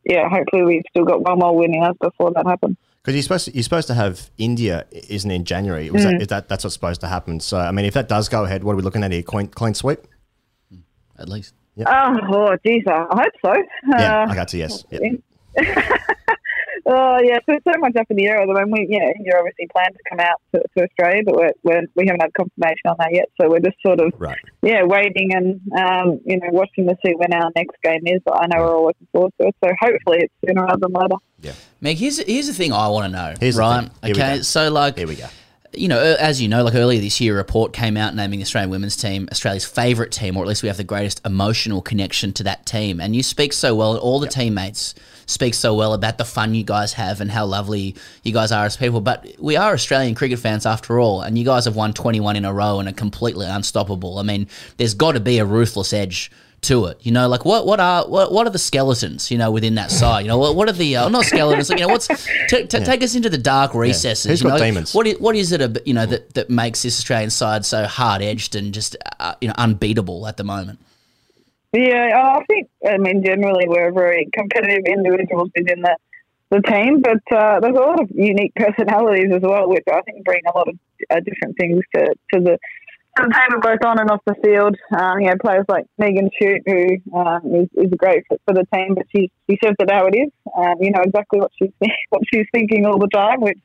yeah, hopefully we've still got one more win in us before that happens. Because you're supposed to, you're supposed to have India, i- isn't it, in January? Was that, Mm. is that that's what's supposed to happen. So I mean, if that does go ahead, what are we looking at here? Clean, clean sweep. At least. Oh, oh, geez, I I hope so. Yeah, Uh, I got to yes. Yeah. Oh yeah, so it's so much up in the air at the moment. We, yeah, you're obviously planned to come out to, to Australia, but we're, we're, we haven't had confirmation on that yet. So we're just sort of Right. yeah waiting and um, you know watching to see when our next game is. But I know we're all looking forward to it. So hopefully it's sooner rather than later. Meg, here's here's the thing I want to know. Here's the right? thing. Here we okay, go. so like here we go. You know, uh, as you know, like earlier this year, a report came out naming the Australian women's team Australia's favourite team, or at least we have the greatest emotional connection to that team. And you speak so well, all the teammates speak so well about the fun you guys have and how lovely you guys are as people. But we are Australian cricket fans after all, and you guys have won 21 in a row and are completely unstoppable. I mean, there's got to be a ruthless edge to it. You know, like what what are what, what are the skeletons? You know, within that side. You know, what, what are the uh, not skeletons? Like, you know, what's t- t- take us into the dark recesses. Who's you got know? demons? What is, what is it? ab- You know, that that makes this Australian side so hard edged and just uh, you know unbeatable at the moment. Yeah, I think I mean generally we're very competitive individuals within the the team, but uh, there's a lot of unique personalities as well, which I think bring a lot of uh, different things to to the to the table, both on and off the field. Um, you know, players like Megan Shute, who um, is, is a great fit for the team, but she she says it how it is. Um, you know exactly what she's what she's thinking all the time, which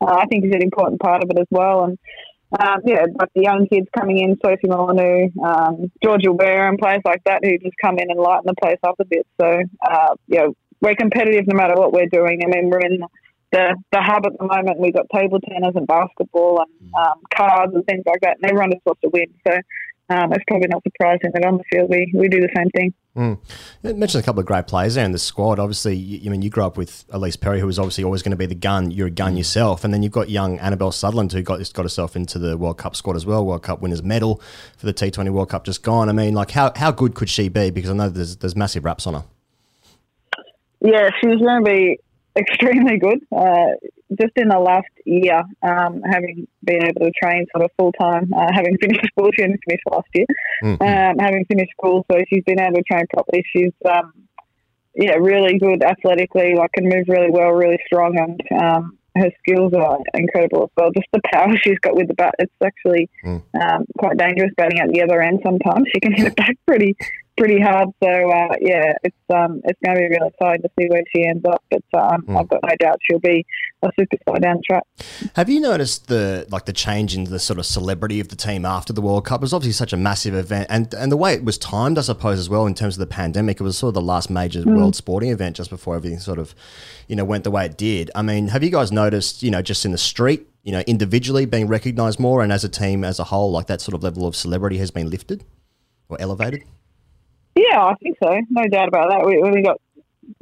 uh, I think is an important part of it as well. And um, yeah, like the young kids coming in, Sophie Molyneux, um, Georgia Ware, and players like that who just come in and lighten the place up a bit. So, uh, you know, we're competitive no matter what we're doing. I mean, we're in the, the hub at the moment. We've got table tennis and basketball and um, cards and things like that, and everyone just wants to win. So, um, it's probably not surprising that on the field we, we do the same thing. Mm. You mentioned a couple of great players there in the squad. Obviously, you, you mean you grew up with Elise Perry, who was obviously always going to be the gun. You're a gun yourself, and then you've got young Annabelle Sutherland, who got got herself into the World Cup squad as well. World Cup winners medal for the T20 World Cup just gone. I mean, like how how good could she be? Because I know there's there's massive raps on her. Yeah, she's going to be extremely good. Uh, just in the last year, um, having been able to train sort of full time, uh, having finished school, she only finished last year, um, having finished school, so she's been able to train properly. She's um, yeah, really good athletically, like can move really well, really strong, and um, her skills are incredible as well. Just the power she's got with the bat, it's actually um, quite dangerous batting at the other end sometimes. She can hit it back pretty pretty hard. So uh, yeah, it's um, it's going to be real exciting to see where she ends up. But um, Mm. I've got no doubt she'll be a superstar down the track. Have you noticed the like the change in the sort of celebrity of the team after the World Cup? It was obviously such a massive event, and and the way it was timed, I suppose, as well in terms of the pandemic, it was sort of the last major Mm. world sporting event just before everything sort of, you know, went the way it did. I mean, have you guys noticed, you know, just in the street, you know, individually being recognised more, and as a team as a whole, like that sort of level of celebrity has been lifted or elevated? Yeah, I think so. No doubt about that. We, we got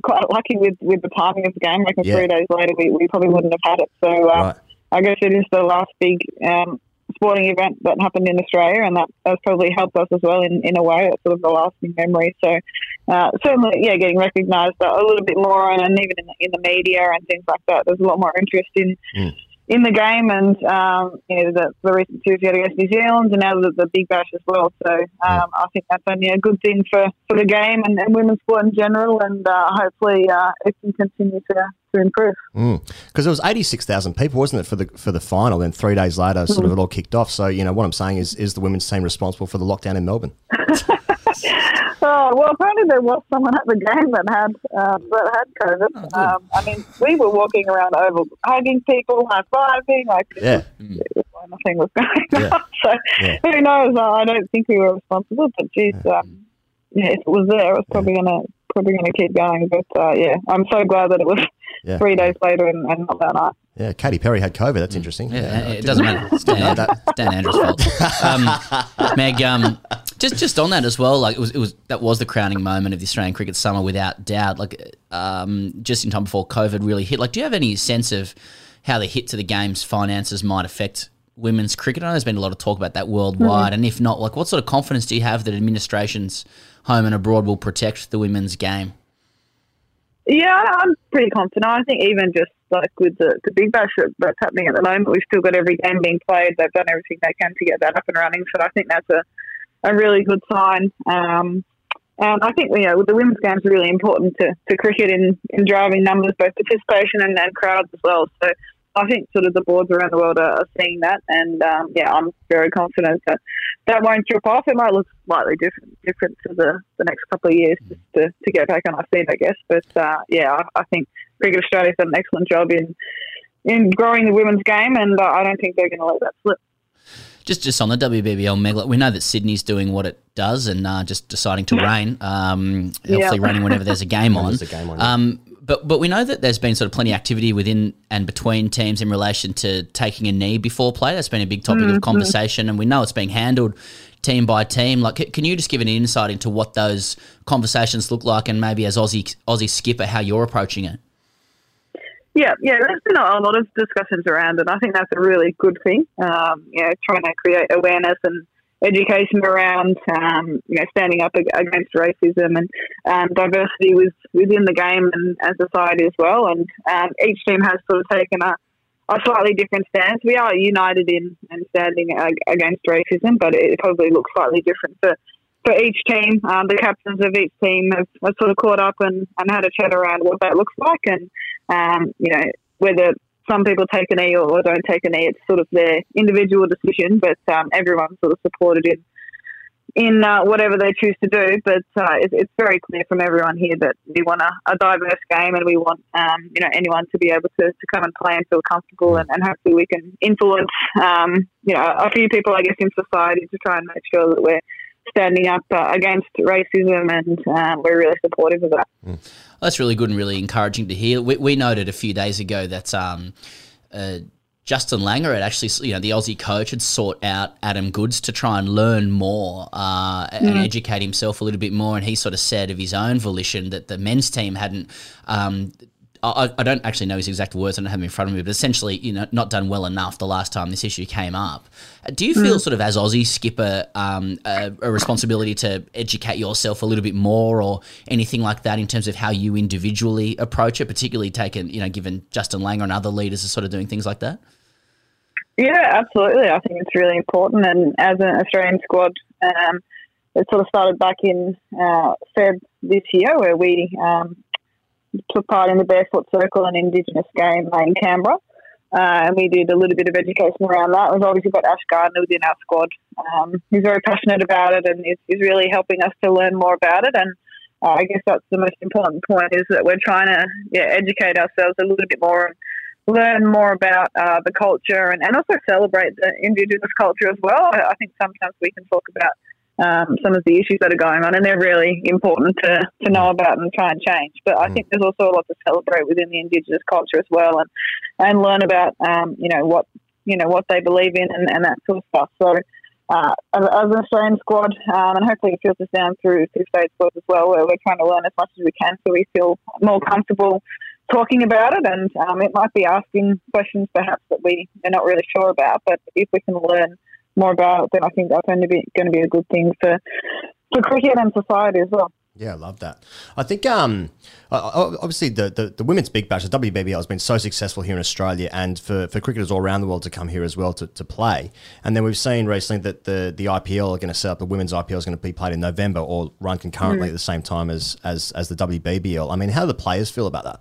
quite lucky with, with the timing of the game. Like Yeah. three days later, we, we probably wouldn't have had it. So uh, Right. I guess it is the last big um, sporting event that happened in Australia, and that has probably helped us as well in, in a way. It's sort of the lasting memory. So uh, certainly, yeah, getting recognised a little bit more, and, and even in the, in the media and things like that, there's a lot more interest in in the game and um, you know, the, the recent series we had against New Zealand and now the, the Big Bash as well. So um, I think that's only a good thing for, for the game and, and women's sport in general. And uh, hopefully uh, it can continue to, to improve. Because it Mm. was eighty six thousand people, wasn't it, for the for the final? Then three days later, sort of Mm. it all kicked off. So you know what I'm saying is, is the women's team responsible for the lockdown in Melbourne? Oh, well, apparently there was someone at the game that had uh, that had COVID. um, I mean, we were walking around over hugging people, high fiving, like Yeah. nothing was going on. So who knows? I I don't think we were responsible, but geez, um, yeah, if it was there, it was probably gonna probably gonna keep going. But uh, yeah, I'm so glad that it was Yeah. three days later and, and not that night. Yeah, Katy Perry had COVID. That's interesting. Yeah, I it didn't doesn't know- matter. It's didn't know Dan, that. Dan Andrews' fault. Um, Meg, um, just just on that as well, like it was, it was that was the crowning moment of the Australian cricket summer, without doubt. Like um, just in time before COVID really hit. Like, do you have any sense of how the hit to the game's finances might affect women's cricket? I know there's been a lot of talk about that worldwide, Mhm. and if not, like, what sort of confidence do you have that administrations home and abroad will protect the women's game? Yeah, I- I'm pretty confident. I think even just like with the, the big bash that- that's happening at the moment, we've still got every game being played. They've done everything they can to get that up and running. So I think that's a, a really good sign. Um, and I think you know the women's game is really important to, to cricket in, in driving numbers, both participation and, and crowds as well. So I think sort of the boards around the world are, are seeing that, and um, yeah, I'm very confident that that won't drop off. It might look slightly different different for the, the next couple of years just to, to get back on our feet, I guess. But uh, yeah, I, I think Cricket Australia's done an excellent job in in growing the women's game, and uh, I don't think they're going to let that slip. Just just on the WBBL, Meg, like, we know that Sydney's doing what it does and uh, just deciding to rain, um, Yeah. hopefully raining whenever there's a game When on. there's a game on, yeah. um, but but we know that there's been sort of plenty of activity within and between teams in relation to taking a knee before play. That's been a big topic Mhm. of conversation, and we know it's being handled team by team. Like, c- can you just give an insight into what those conversations look like, and maybe as Aussie Aussie skipper, how you're approaching it? Yeah, yeah, there's been a a lot of discussions around it. I think that's a really good thing. Um, you know, trying to create awareness and education around um, you know standing up ag- against racism and um, diversity with, within the game and, and society as well. And um, each team has sort of taken a, a slightly different stance. We are united in and standing ag- against racism, but it probably looks slightly different for for each team. Um, the captains of each team have, have sort of caught up and, and had a chat around what that looks like and, um, you know, whether some people take an E or, or don't take an E. It's sort of their individual decision, but um, everyone's sort of supported in in uh, whatever they choose to do. But uh, it, it's very clear from everyone here that we want a, a diverse game, and we want um, you know anyone to be able to, to come and play and feel comfortable, and, and hopefully we can influence um, you know a few people, I guess, in society to try and make sure that we're standing up uh, against racism, and um, we're really supportive of that. That's really good and really encouraging to hear. We, we noted a few days ago that um, uh, Justin Langer had actually, you know, the Aussie coach had sought out Adam Goods to try and learn more uh, and Mm. educate himself a little bit more. And he sort of said of his own volition that the men's team hadn't. Um, I, I- I don't actually know his exact words. I don't have them in front of me, but essentially, you know, not done well enough the last time this issue came up. Uh, Do you feel Mm. sort of as Aussie skipper um, a, a responsibility to educate yourself a little bit more, or anything like that, in terms of how you individually approach it, particularly taken, you know, given Justin Langer and other leaders are sort of doing things like that? Yeah, absolutely. I think it's really important. And as an Australian squad, um, it sort of started back in uh, Feb this year, where we um, took part in the Barefoot Circle and Indigenous game in Canberra. Uh, and we did a little bit of education around that. We've obviously got Ash Gardner within our squad. Um, he's very passionate about it and is, is really helping us to learn more about it. And uh, I guess that's the most important point is that we're trying to yeah, educate ourselves a little bit more and learn more about uh, the culture and, and also celebrate the Indigenous culture as well. I I think sometimes we can talk about um, some of the issues that are going on, and they're really important to, to know about and try and change. But I think there's also a lot to celebrate within the Indigenous culture as well, and and learn about um, you know what you know what they believe in and, and that sort of stuff. So. Uh, as as an Australian squad, um, and hopefully it filters down through through state squads as well, where we're trying to learn as much as we can, so we feel more comfortable talking about it. And um, it might be asking questions perhaps that we are not really sure about, but if we can learn more about it, then I think that's going to be going to be a good thing for for cricket and society as well. Yeah, I love that. I think um, o- o- obviously the, the, the women's big bash, the WBBL, has been so successful here in Australia, and for, for cricketers all around the world to come here as well to, to play. And then we've seen recently that the, the IPL are going to set up the women's IPL is going to be played in November or run concurrently Mm. at the same time as, as as the WBBL. I mean, how do the players feel about that?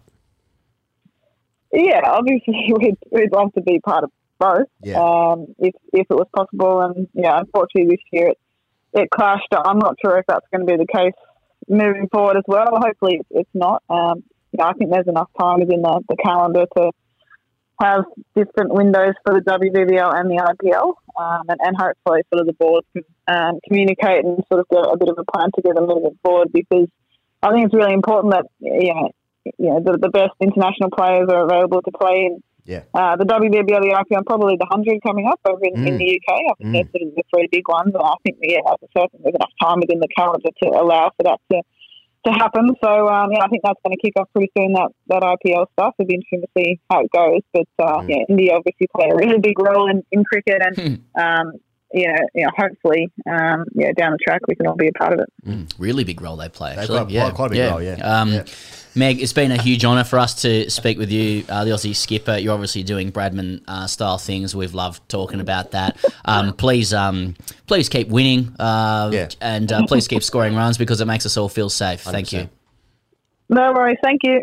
Yeah, obviously we'd, we'd love to be part of both Yeah. um, if, if it was possible. And yeah, unfortunately this year it, it clashed. I'm not sure if that's going to be the case moving forward as well. Hopefully it's, it's not. Um, you know, I think there's enough time within the, the calendar to have different windows for the WBBL and the IPL, um, and, and hopefully sort of the board can um, communicate and sort of get a bit of a plan together moving forward because I think it's really important that you know, you know the, the best international players are available to play in Yeah. uh, the WBBL, the IPL, and probably the 100 coming up over in, in Mm. the UK. I Mm. think they're sort of the three big ones. And I think, yeah, like I said, I think there's enough time within the calendar to allow for that to, to happen. So, um, yeah, I think that's going to kick off pretty soon, that, that IPL stuff. It'll be interesting to see how it goes. But, uh, yeah, India obviously play a really big role in, in cricket. And, um, you, know, you know, hopefully, um, yeah, down the track, we can all be a part of it. Really big role they play. Actually, Mm. got quite- yeah. quite a big role, yeah. Um, Meg, it's been a huge honour for us to speak with you, uh, the Aussie skipper. You're obviously doing Bradman uh, style things. We've loved talking about that. Um, please, um, please keep winning, uh, and uh, please keep scoring runs because it makes us all feel safe. Thank you. No worries. Thank you.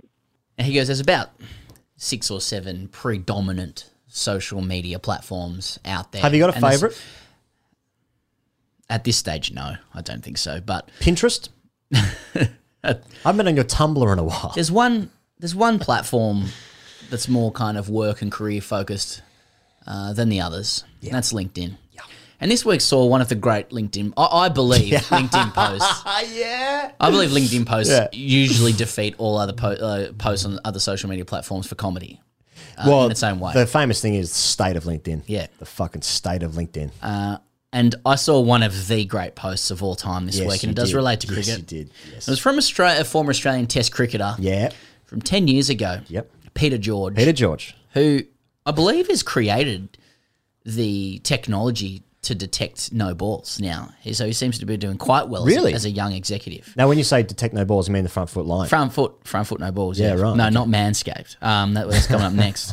And he goes, there's about six or seven predominant social media platforms out there. Have you got a And this- favourite? At this stage, no, I don't think so. But Pinterest. I've been on your Tumblr in a while. There's one. There's one platform that's more kind of work and career focused uh, than the others. And that's LinkedIn. And this week saw one of the great LinkedIn. I, I believe LinkedIn posts. yeah. I believe LinkedIn posts Yeah. usually defeat all other po- uh, posts on other social media platforms for comedy. Uh, well, in its own way. the famous thing is the state of LinkedIn. Yeah. the fucking state of LinkedIn. Uh, and I saw one of the great posts of all time this Yes, week, and you it does did. relate to Yes, cricket. you did. Yes. It was from Australia, a former Australian Test cricketer. Yeah. From 10 years ago. Yep. Peter George. Peter George. Who I believe has created the technology to detect no balls now. He- So he seems to be doing quite well as a- Really? as a young executive. Now, when you say detect no balls, you mean the front foot line. Front foot, front foot, no balls. Yeah, right, No, okay. not manscaped. Um, that was coming up next.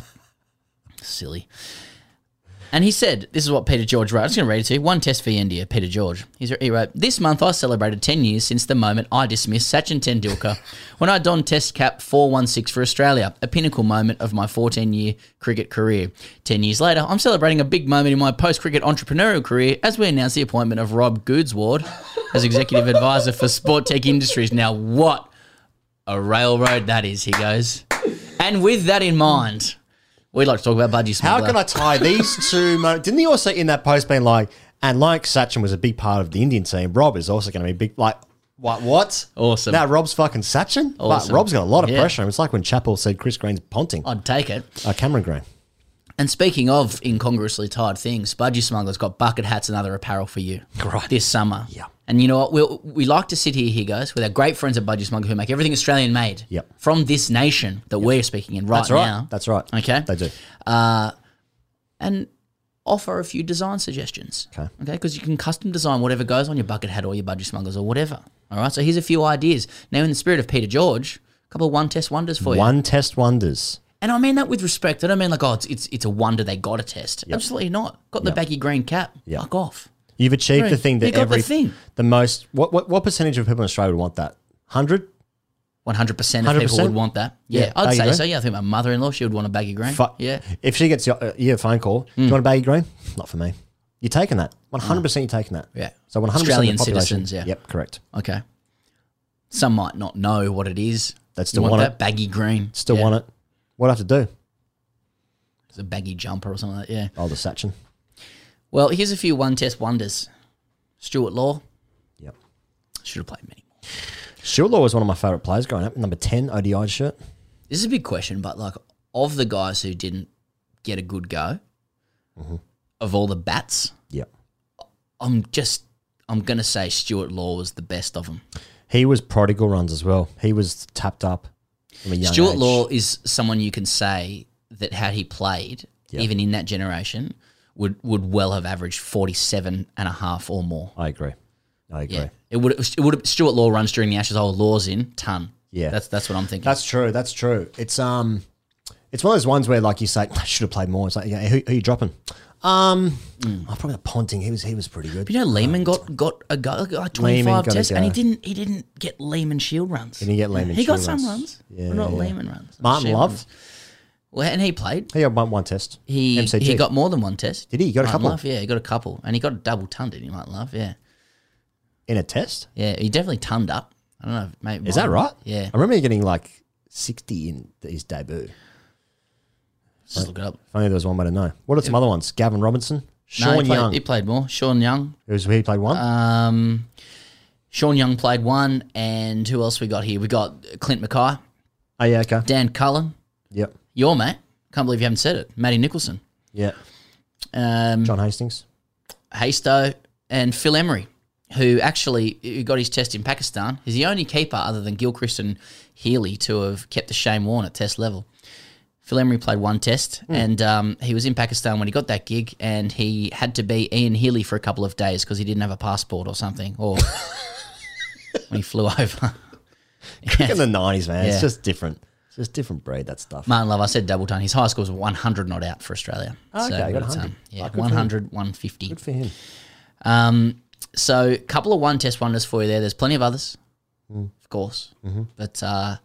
Silly. And he said, "This is what Peter George wrote." I'm just going to read it to you. One test for India, Peter George. He's, he wrote, "This month I celebrated 10 years since the moment I dismissed Sachin Tendulkar when I donned Test cap 416 for Australia, a pinnacle moment of my 14-year cricket career. 10 years later, I'm celebrating a big moment in my post-cricket entrepreneurial career as we announce the appointment of Rob Goodsward as executive advisor for Sport Tech Industries. Now, what a railroad that is, he goes. And with that in mind, we'd like to talk about budgie How smuggler. can I tie these two? Mo- Didn't he also in that post being like, and like Sachin was a big part of the Indian team, Rob is also going to be big. Like, what? What? Awesome. Now Rob's fucking Sachin. Awesome. But Rob's got a lot of Yeah. pressure. on him. It's like when Chappell said Chris Green's ponting. I'd take it. Uh, Cameron Green. And speaking of incongruously tied things, Budgie Smuggler's got bucket hats and other apparel for you Right. this summer. Yeah. And you know what? We we like to sit here, here guys, with our great friends at Budgie Smuggler who make everything Australian made. Yep. From this nation that we're speaking in right That's right. now. That's right. Okay. They do. Uh, and offer a few design suggestions. Okay. Okay. Because you can custom design whatever goes on your bucket hat or your budgie smugglers or whatever. All right. So here's a few ideas. Now, in the spirit of Peter George, a couple of one test wonders for you. One test wonders. And I mean that with respect. I don't mean like, oh, it's it's, it's a wonder they got a test. Absolutely not. Got the baggy green cap. Fuck off. You've achieved the Right. thing that You got the every thing. the most. What, what what percentage of people in Australia would want that? Hundred. 100% of people 100%? would want that. Yeah, Yeah. Oh, I'd you say agree? so. Yeah, I think my mother in law, she would want a baggy grain. Fu- yeah. Mm. If she gets your- uh, you a phone call, do you want a baggy green? Not for me. You're taking that. 100% you're taking that. Yeah. So 100% of the Australian population. citizens, yeah. Yep, correct. Okay. Some might not know what it is. They'd You still want want that it. baggy green. Still Yeah. want it. What do I have to do? It's a baggy jumper or something like that. Yeah. Oh, the Sachin. Well, here's a few one test wonders. Stuart Law. Yep. Should have played many. Shulaw was one of my favourite players growing up. Number 10 ODI shirt. This is a big question, but like of the guys who didn't get a good go, Mm-hmm. of all the bats, Yep. I'm just I'm gonna say Stuart Law was the best of them. He was prodigal runs as well. He was tapped up from a young Stuart age. Law is someone you can say that had he played, even in that generation, would would well have averaged 47 and a half or more. I agree. I agree. Yeah. It would it would Stuart Law runs during the Ashes, oh Law's in, ton. Yeah. That's that's what I'm thinking. That's true. That's true. It's um, it's one of those ones where like you say, I should have played more. It's like, yeah, who, who you dropping? Um, oh, probably Ponting. He was he was pretty good. But Mm. you know, Lehman got got a go, like twenty Lehman five got a tests, and he go. didn't he didn't get Lehman Shield runs. Didn't he get Lehman He got Shield some runs? runs, but not Yeah. Lehman runs. Martin Shield Love? runs. Well, and he played. He had one, one test. He MCG. he got more than one test. Did he? He got a Martin couple? Love, yeah, he got a couple, and he got a double ton. Did he, Martin Love? Yeah, in a test. yeah, he definitely tunned up. I don't know, if- mate. Is Martin- that right? Yeah, I remember getting like sixty in his debut. If just look it up. only there was one way to know. What are some other ones? Gavin Robinson, No, he Sean played- Young. he played more. Sean Young, It was he played one. um, Sean Young played one, and who else we got here? We got Clint Mackay, oh yeah, okay. Dan Cullen, Yep. your mate. Can't believe you haven't said it, Matty Nicholson. Yeah. um, John Hastings. Hasto and Phil Emery, who actually who got his test in Pakistan. He's the only keeper other than Gilchrist and Healy to have kept the Shane Warne at test level. Phil Emery played one test, Hmm. and um, he was in Pakistan when he got that gig, and he had to be Ian Healy for a couple of days because he didn't have a passport or something, or when he flew over. Back in the nineties, man. Yeah. It's just different. It's just different breed. That stuff. Martin Love, I said double ton. His high score was 100 not out for Australia. Oh, okay, he got but it's, 100. um, yeah, Oh, good for him. 100, 150. Good for him. Um, so, couple of one test wonders for you there. There's plenty of others, of course, but uh,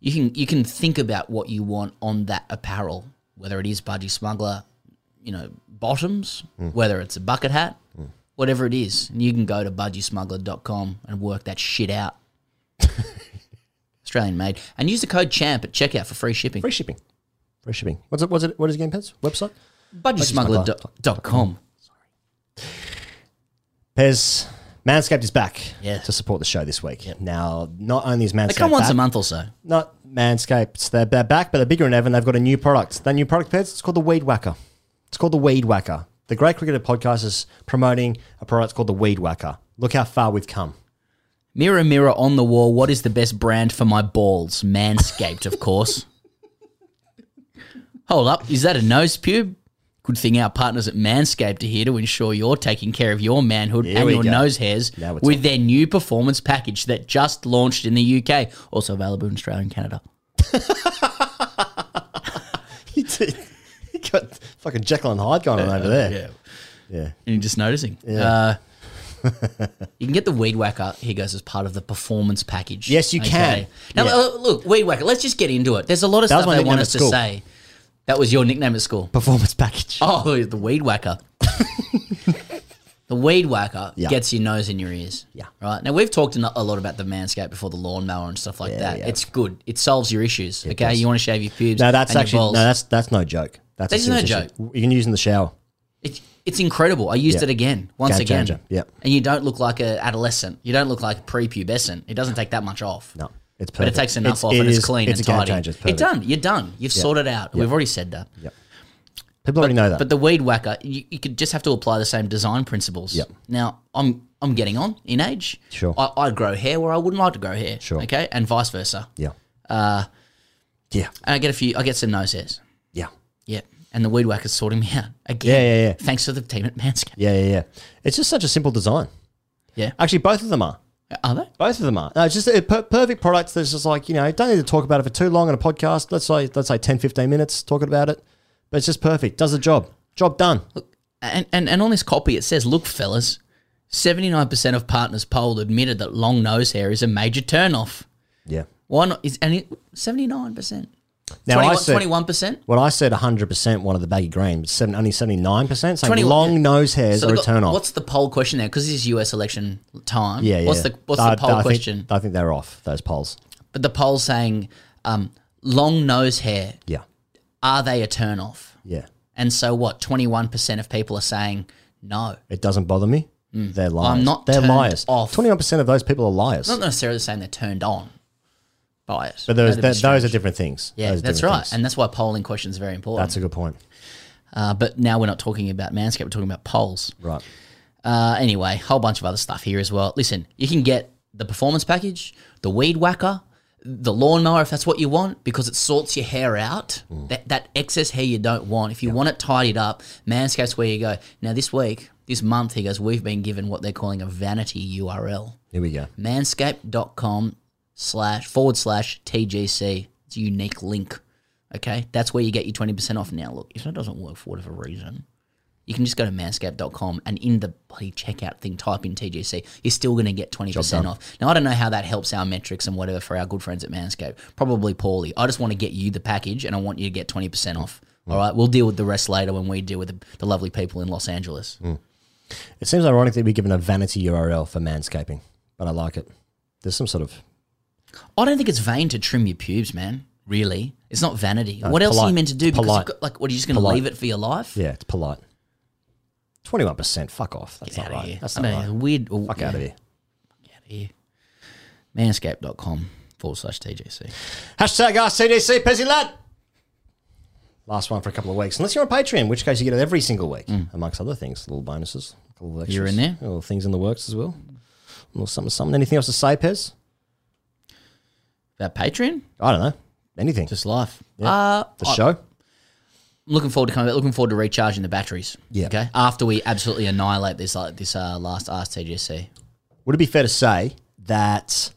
you can you can think about what you want on that apparel, whether it is budgie smuggler, you know, bottoms, whether it's a bucket hat, whatever it is, and you can go to budgiesmuggler.com and work that shit out. Australian made, and use the code champ at checkout for free shipping. Free shipping. Free shipping. What's it? What's it? What is Game Pets website? Budgiesmuggler.com. Pez, Manscaped is back Yeah. to support the show this week. Now, not only is Manscaped They come once back, a month or so. not Manscaped, they're, they're back, but they're bigger than ever. And they've got a new product. That new product, Pez, it's called the Weed Whacker. It's called the Weed Whacker. The Great Cricketer podcast is promoting a product called the Weed Whacker. Look how far we've come. Mirror, mirror on the wall, what is the best brand for my balls? Manscaped, of course. Hold up, is that a nose pube? Good thing our partners at Manscaped are here to ensure you're taking care of your manhood Here and we your go. nose hairs Now we're with their new performance package that just launched in the UK, also available in Australia and Canada. you did- you got fucking Jekyll and Hyde going on over there. Yeah. And you're just noticing. Uh, you can get the Weed Whacker, here goes, as part of the performance package. Yes, you can. Now, Yeah. uh, look, Weed Whacker, let's just get into it. There's a lot of That was stuff my they want nickname us at to school. say. That was your nickname at school. Performance package. Oh, the Weed Whacker. the Weed Whacker Yeah. gets your nose in your ears. Yeah. Right. Now, we've talked a no- a lot about the manscape before the lawnmower and stuff like Yeah, that. yeah. It's good. It solves your issues. okay. does. You want to shave your pubes. No, that's and your actually no, balls. that's that's no joke. That's a That is no serious issue. You can use it in the shower. It, it's incredible. I used Yeah. it again, once Game again. changer. Yep. And you don't look like an adolescent. You don't look like prepubescent. It doesn't take that much off. No, it's perfect. But it takes enough off it and it's is- clean it's a and game tidy. changer. It's You're perfect. done. You're done. You've sorted out. We've already said that. People already know that. But the weed whacker, you, you could just have to apply the same design principles. Yep. Now I'm I'm getting on in age. Sure. I, I grow hair where I wouldn't like to grow hair. Sure. Okay, and vice versa. yeah. Uh, yeah. And I get a few. I get some nose hairs. Yeah. Yeah. And the weed whacker's sorting me out again. Yeah, yeah, yeah. Thanks to the team at Manscaped. Yeah. Yeah. Yeah. It's just such a simple design. Yeah. Actually, both of them are. Are they? Both of them are. No, it's just a per- perfect product that's just like, you know, don't need to talk about it for too long on a podcast. Let's say, let's say 10, 15 minutes talking about it. But it's just perfect. Does the job. Job done. And and and on this copy it says, "Look, fellas, seventy nine percent of partners polled admitted that long nose hair is a major turnoff." Yeah. One is and seventy nine percent. Now I said- twenty-one percent. Well, I said 100% one of the baggy grain, seven, only 79%. Saying 21 long nose hairs So are a got- turn off. What's the poll question there? Because this is U.S. election time. yeah, yeah. What's the what's I- the poll I think- question? I think they're off, those polls. but the poll saying um, long nose hair. Yeah. Are they a turn off? Yeah. And so what? Twenty-one percent of people are saying no. It doesn't bother me. They're liars. Hmm. not they're turned liars. off. 21% of those people are liars. It's not necessarily saying they're turned on by it. but those, That'd be that, strange. those are different things. Yeah, Those are that's different right, things. and that's why polling questions are very important. That's a good point. Uh, but now we're not talking about Manscaped, we're talking about polls. Right. Uh, anyway, whole bunch of other stuff here as well. Listen, you can get the performance package, the weed whacker, the lawnmower if that's what you want, because it sorts your hair out. Mm. That, that excess hair you don't want. If you want it tidied up, Manscaped's where you go. Now, this week, this month, he goes, we've been given what they're calling a vanity URL Here we go. manscaped.com slash forward slash TGC. It's a unique link. Okay. That's where you get your 20% off now. Look, if that doesn't work for whatever reason, you can just go to manscaped.com and in the bloody checkout thing, type in TGC. You're still going to get 20% off. Now, I don't know how that helps our metrics and whatever for our good friends at Manscaped. Probably poorly. I just want to get you the package and I want you to get 20% off. All right. We'll deal with the rest later when we deal with the, the lovely people in Los Angeles. It seems ironic that we're given a vanity URL for manscaping, but I like it. There's some sort of I don't think it's vain to trim your pubes, man. Really, it's not vanity. what else are polite. you meant to do? It's Because polite. you've got, like, what are you just going to Polite. leave it for your life? Yeah, it's polite. Twenty-one percent. Fuck off. That's Get not out of right. here. That's I not know, right. Weird. oh, Fuck out of here. Manscaped.com forward slash TGC. Hashtag RCDC Pezzy Lad. Last one for a couple of weeks, unless you're on Patreon, in which case you get it every single week, amongst other things, little bonuses, a couple of extras, Mm. You're in there? little things in the works as well, little something, something. Anything else to say, Pez? About Patreon, I don't know. Anything? just life. Yeah. Uh, the I- show. I'm looking forward to coming. back, Looking forward to recharging the batteries. Yeah. Okay. After we absolutely annihilate this like this uh, last Ask TGC. Would it be fair to say that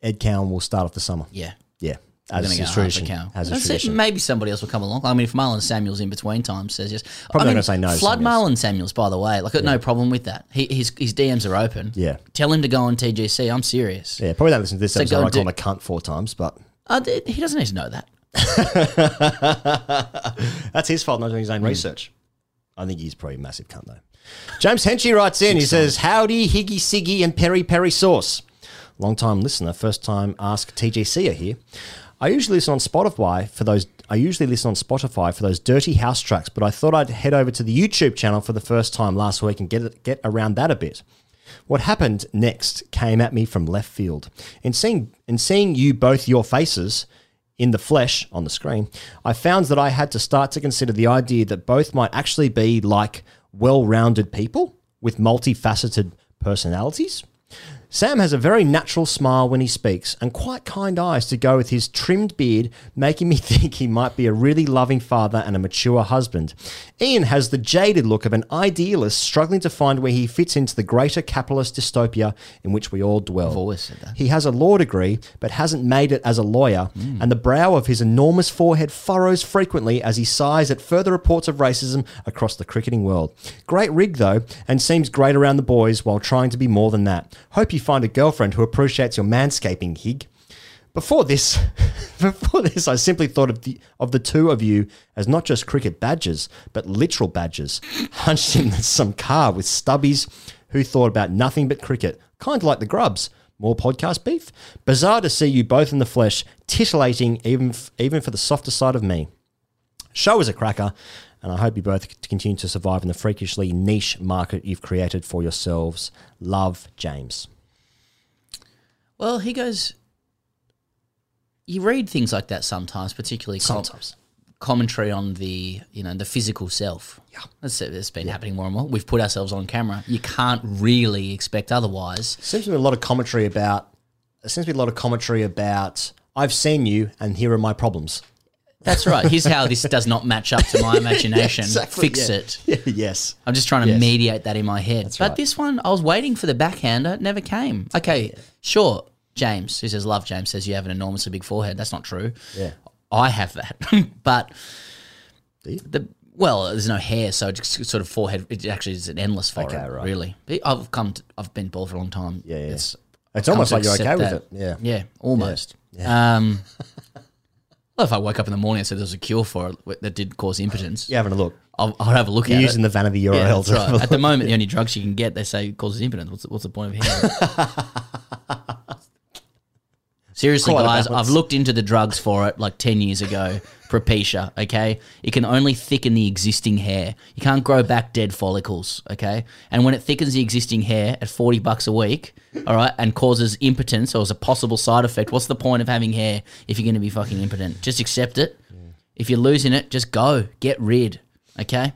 Ed Cowan will start off the summer? Yeah. Yeah, We're as gonna is go half a tradition. cow. As That's is it. tradition. Maybe somebody else will come along. I mean, if Marlon Samuels in between time says yes, Probably not I mean, gonna say no, Flood Samuels. Marlon Samuels, by the way. Like, got no problem with that. He, his his DMs are open. Yeah. tell him to go on TGC. I'm serious. Yeah, probably don't listen to this So episode. I go call him do- a cunt four times, but Uh, th- he doesn't need to know that. That's his fault not doing his own research. I think he's probably a massive cunt though. James Henchy writes in. He says, "Howdy, Higgy Siggy and Perry Perry Sauce. Long time listener, first time ask TGC are here. I usually listen on Spotify for those. I usually listen on Spotify for those dirty house tracks, but I thought I'd head over to the YouTube channel for the first time last week and get it, get around that a bit. What happened next came at me from left field. In seeing in seeing you both your faces in the flesh on the screen, I found that I had to start to consider the idea that both might actually be like well-rounded people with multifaceted personalities. Sam has a very natural smile when he speaks and quite kind eyes to go with his trimmed beard, making me think he might be a really loving father and a mature husband. Ian has the jaded look of an idealist struggling to find where he fits into the greater capitalist dystopia in which we all dwell. always said that. He has a law degree, but hasn't made it as a lawyer, Hmm. and the brow of his enormous forehead furrows frequently as he sighs at further reports of racism across the cricketing world. Great rig, though, and seems great around the boys while trying to be more than that. Hope you find a girlfriend who appreciates your manscaping, Hig. Before this, before this, I simply thought of the of the two of you as not just cricket badges, but literal badges, hunched in some car with stubbies who thought about nothing but cricket, kind of like the grubs. More podcast beef. Bizarre to see you both in the flesh, titillating even f- even for the softer side of me. Show is a cracker, and I hope you both c- continue to survive in the freakishly niche market you've created for yourselves. Love, James. Well, he goes. You read things like that sometimes, particularly com- Sometimes. commentary on the you know the physical self. Yeah, that's it. It's been happening more and more. We've put ourselves on camera. You can't really expect otherwise. seems to be a lot of commentary about. There seems to be a lot of commentary about. I've seen you, and here are my problems. That's right. Here's how this does not match up to my imagination. exactly, Fix yeah. it. yes. I'm just trying to Yes. mediate that in my head. but this one, I was waiting for the backhander. It never came. Okay, sure. James, who says, Love James, says you have an enormously big forehead. That's not true. Yeah. I have that. but Do you? the well, there's no hair, so it's just sort of forehead. It actually is an endless forehead, Okay, right. really. But I've come. To, I've been bald for a long time. Yeah, yeah. It's, It's I've almost like come to you're okay accept with that. it. Yeah. Yeah, almost. Um, well, if I woke up in the morning and said there was a cure for it wh- that did cause impotence, You're having a look. I'll, I'll have a look You're at using it. the vanity Yeah, URL that's to have a right. At the look. moment, the only drugs you can get, they say, causes impotence. What's, the- what's the point of hearing it? Seriously, Quite a guys, balance. I've looked into the drugs for it like 10 years ago. Propecia, okay? It can only thicken the existing hair. You can't grow back dead follicles, okay? And when it thickens the existing hair at 40 bucks a week, all right, and causes impotence or is a possible side effect, what's the point of having hair if you're going to be fucking impotent? Just accept it. If you're losing it, just go. Get rid, okay?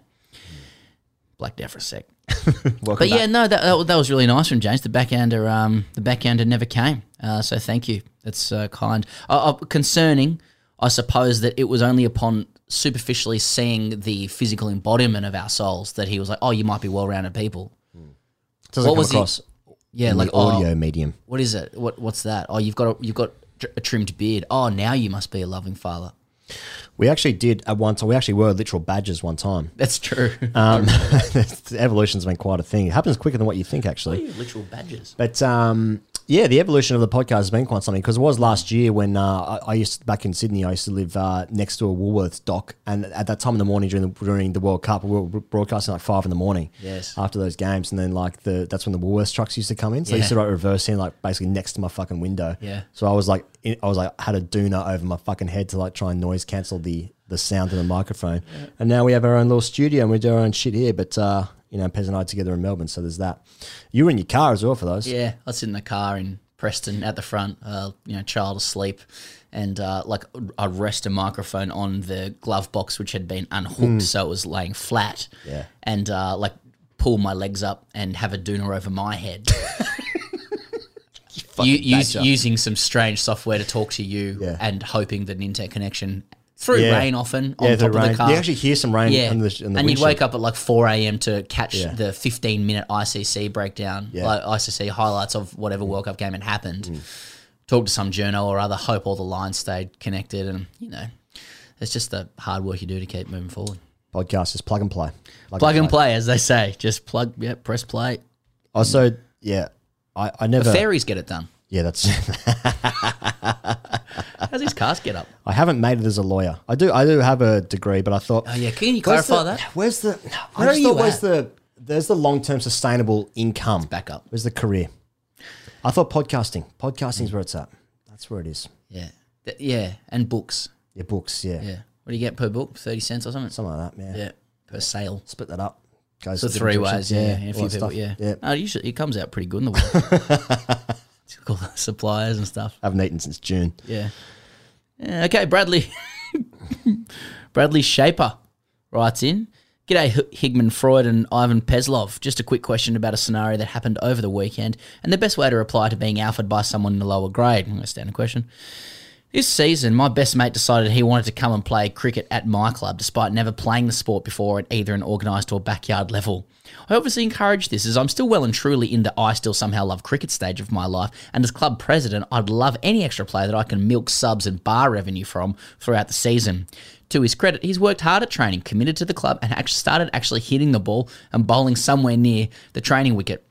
Black Death for a sec. Welcome but yeah, back. no, that, that, that was really nice from James. The backhander, um, the backhander never came. Uh, so thank you. That's uh, kind. Uh, uh, concerning, I suppose that it was only upon superficially seeing the physical embodiment of our souls that he was like, "Oh, you might be well-rounded people." Doesn't come he- across Yeah, in like the audio oh, medium. What is it? What what's that? Oh, you've got a, you've got tr- a trimmed beard. Oh, now you must be a loving father. We actually did at one time. We actually were literal badges one time. That's true. Um, evolution's been quite a thing. It happens quicker than what you think, actually. literal badges. But um, yeah, the evolution of the podcast has been quite something because it was last year when uh, I, I used to, back in Sydney. I used to live uh, next to a Woolworths dock, and at that time in the morning during the during the World Cup, we were broadcasting like five in the morning. Yes. After those games, and then like the that's when the Woolworths trucks used to come in. So they used to Yeah. like reverse in like basically next to my fucking window. Yeah. So I was like, in, I was like had a doona over my fucking head to like try and noise cancel the the sound of the microphone. And now we have our own little studio and we do our own shit here. But uh, you know, Pez and I are together in Melbourne, so there's that. You were in your car as well for those. Yeah, I was in the car in Preston at the front, uh, you know, child asleep, and uh, like I rest a microphone on the glove box which had been unhooked, Mm. so it was laying flat. Yeah. and uh, like pull my legs up and have a doona over my head. fucking U- use- badger. using some strange software to talk to you and hoping that an internet connection through Yeah. rain often on Yeah, through top of rain. the car. You actually hear some rain Yeah. on the- on the and you'd windshield. wake up at like 4 a.m. to catch Yeah. the 15 minute ICC breakdown, Yeah. like ICC highlights of whatever World Cup game had happened. Talk to some journal or other, hope all the lines stayed connected. And, you know, it's just the hard work you do to keep moving forward. Podcast is plug and play. Plug, and play. as they say. Just plug, yeah, press play. Also, yeah, I, I never The fairies get it done. Yeah, that's. How's his cast get up? I haven't made it as a lawyer. I do. I do have a degree, but I thought. Oh, yeah. Can you Where's clarify the- that? Where's the. I Where are just you thought, where's at? the there's the long term sustainable income? Back up. Where's the career? I thought podcasting. Podcasting's where it's at. That's where it is. Yeah. Th- yeah. And books. Yeah, books. Yeah. Yeah. What do you get per book? 30 cents or something? Something like that, yeah. Yeah. Per sale. Split that up. Goes so to three different ways, directions. Yeah, yeah. and a all few that people, stuff. yeah. Yeah. No, usually it comes out pretty good in the world. It's all the suppliers and stuff. I haven't eaten since June. Yeah. Yeah, okay, Bradley. Bradley Shaper writes in. G'day, H- Higman Freud and Ivan Peslov. Just a quick question about a scenario that happened over the weekend and the best way to reply to being alphaed by someone in the lower grade. Mm, That's a standard question. This season, my best mate decided he wanted to come and play cricket at my club despite never playing the sport before at either an organised or backyard level. I obviously encouraged this as I'm still well and truly in the I still somehow love cricket stage of my life, and as club president, I'd love any extra player that I can milk subs and bar revenue from throughout the season. To his credit, he's worked hard at training, committed to the club, and actually started actually hitting the ball and bowling somewhere near the training wicket.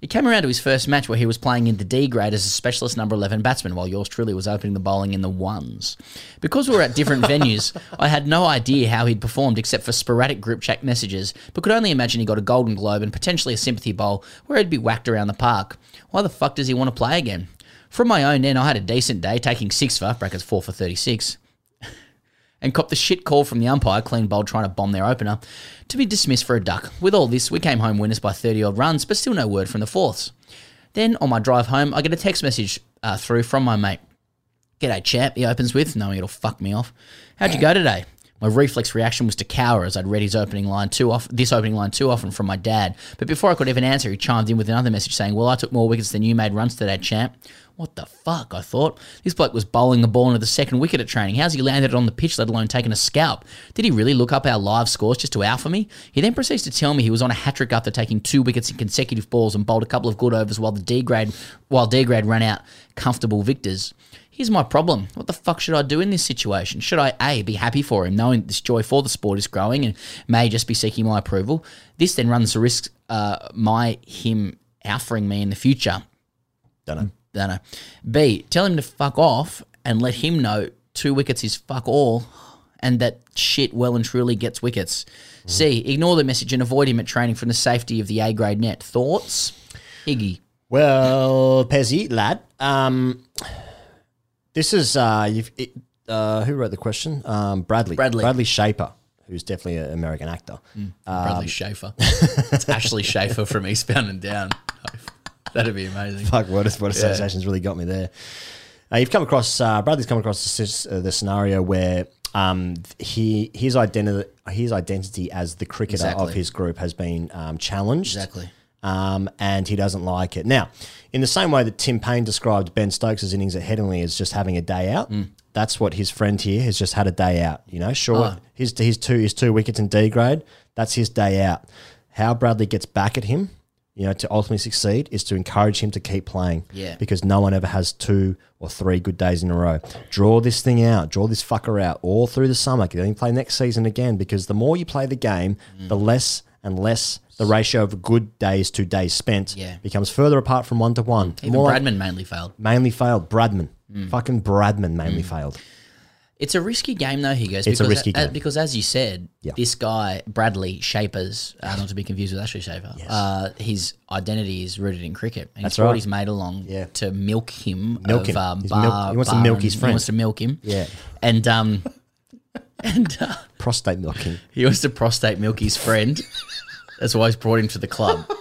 It came around to his first match where he was playing in the D grade as a specialist number 11 batsman, while yours truly was opening the bowling in the ones. Because we were at different venues, I had no idea how he'd performed except for sporadic group chat messages, but could only imagine he got a Golden Globe and potentially a sympathy bowl where he'd be whacked around the park. Why the fuck does he want to play again? From my own end, I had a decent day, taking six for, brackets four for 36, and copped the shit call from the umpire, clean bowl trying to bomb their opener, to be dismissed for a duck. With all this, we came home winners by 30 odd runs, but still no word from the fourths. Then, on my drive home, I get a text message uh, through from my mate. G'day, chap, he opens with, knowing it'll fuck me off. How'd you go today? My reflex reaction was to cower as I'd read his opening line too off this opening line too often from my dad. But before I could even answer, he chimed in with another message saying, Well, I took more wickets than you made runs today, champ. What the fuck? I thought. This bloke was bowling the ball into the second wicket at training. How's he landed it on the pitch, let alone taken a scalp? Did he really look up our live scores just to alpha me? He then proceeds to tell me he was on a hat trick after taking two wickets in consecutive balls and bowled a couple of good overs while the D grade while D grade ran out comfortable victors. Here's my problem. What the fuck should I do in this situation? Should I A, be happy for him, knowing this joy for the sport is growing and may just be seeking my approval? This then runs the risk uh, my him offering me in the future. Don't know. Don't know. B, tell him to fuck off and let him know two wickets is fuck all and that shit well and truly gets wickets. C. Ignore the message and avoid him at training from the safety of the A grade net. Thoughts? Iggy. Well, Pezzy, lad, um, this is uh, you've, it, uh, who wrote the question? Um, Bradley. Bradley. Mm. Bradley Shaper, who's definitely an American actor. Bradley Um, Schaefer. it's Ashley Schaefer from Eastbound and Down. That'd be amazing. Fuck, what, what associations really got me there. Uh, you've come across uh, Bradley's come across the, s- uh, the scenario where um, he his identity his identity as the cricketer Exactly. of his group has been um, challenged. Exactly. Um, and he doesn't like it. Now, in the same way that Tim Payne described Ben Stokes' innings at Headingley as just having a day out, Mm. that's what his friend here has just had a day out. You know, sure, Ah. his, his two his two wickets in D grade, that's his day out. How Bradley gets back at him, you know, to ultimately succeed is to encourage him to keep playing. Yeah. Because no one ever has two or three good days in a row. Draw this thing out, draw this fucker out all through the summer. Then you play next season again because the more you play the game, Mm. the less and less the ratio of good days to days spent Yeah. becomes further apart from one to one. Even More like- Bradman mainly failed. mainly failed. Bradman. Fucking Bradman mainly failed. It's a risky game, though, He goes. It's a risky uh, game. because, as you said, Yeah. this guy Bradley Shapers, uh, not to be confused with Ashley Shaper, uh, his identity is rooted in cricket, and That's he's brought right. his mate along Yeah. to milk him. Milk of, him. Um, He's bar, milk- he wants to bar milk and- his He friend. wants to milk him. Yeah. and um, and uh, Prostate milking. he wants to prostate milk his friend. That's why he's brought him to the club.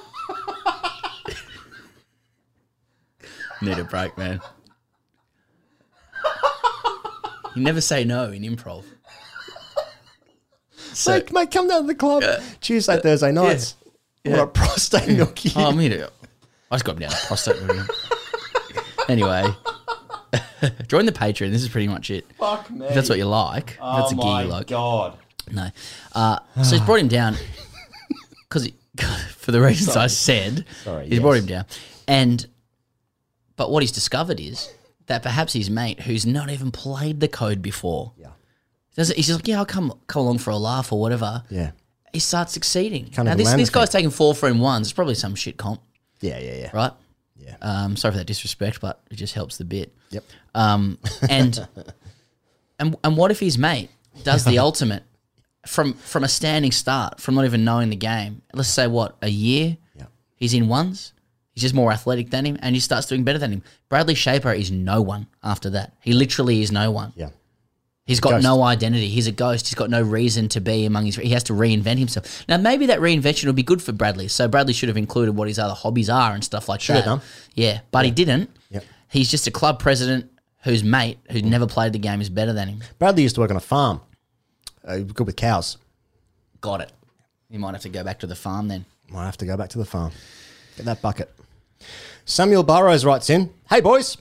Need a break, man. You never say no in improv. So- mate, mate, come down to the club Tuesday, Thursday nights. What a prostate milky. Oh, I'm here to. I just got me down to prostate. really. anyway, join the Patreon. This is pretty much it. Fuck me. Oh If that's what you like. if that's a gig you like. god. No. Uh, so he's brought him down because for the reasons I said, Sorry, he's brought yes. him down. And but what he's discovered is that perhaps his mate, who's not even played the code before, yeah, does he's just like, yeah, I'll come come along for a laugh or whatever. Yeah. He starts succeeding. Can't now even this land this the thing. guy's taking four frame ones. It's probably some shit comp, Yeah, yeah, yeah. right? Yeah. Um, sorry for that disrespect, but it just helps the bit. Yep. Um, and and and what if his mate does the ultimate from from a standing start, from not even knowing the game? Let's say what a year. Yep. He's in ones. He's just more athletic than him, and he starts doing better than him. Bradley Shaper is no one after that. He literally is no one. Yeah. He's got Ghost. no identity. He's a ghost. He's got no reason to be among his. He has to reinvent himself. Now, maybe that reinvention will be good for Bradley. So Bradley should have included what his other hobbies are and stuff like Should that. have done. Yeah, but he didn't. Yep. He's just a club president whose mate, who Mm. never played the game, is better than him. Bradley used to work on a farm. Uh, he was good with cows. Got it. He might have to go back to the farm then. Might have to go back to the farm. Get that bucket. Samuel Burrows writes in Hey, boys.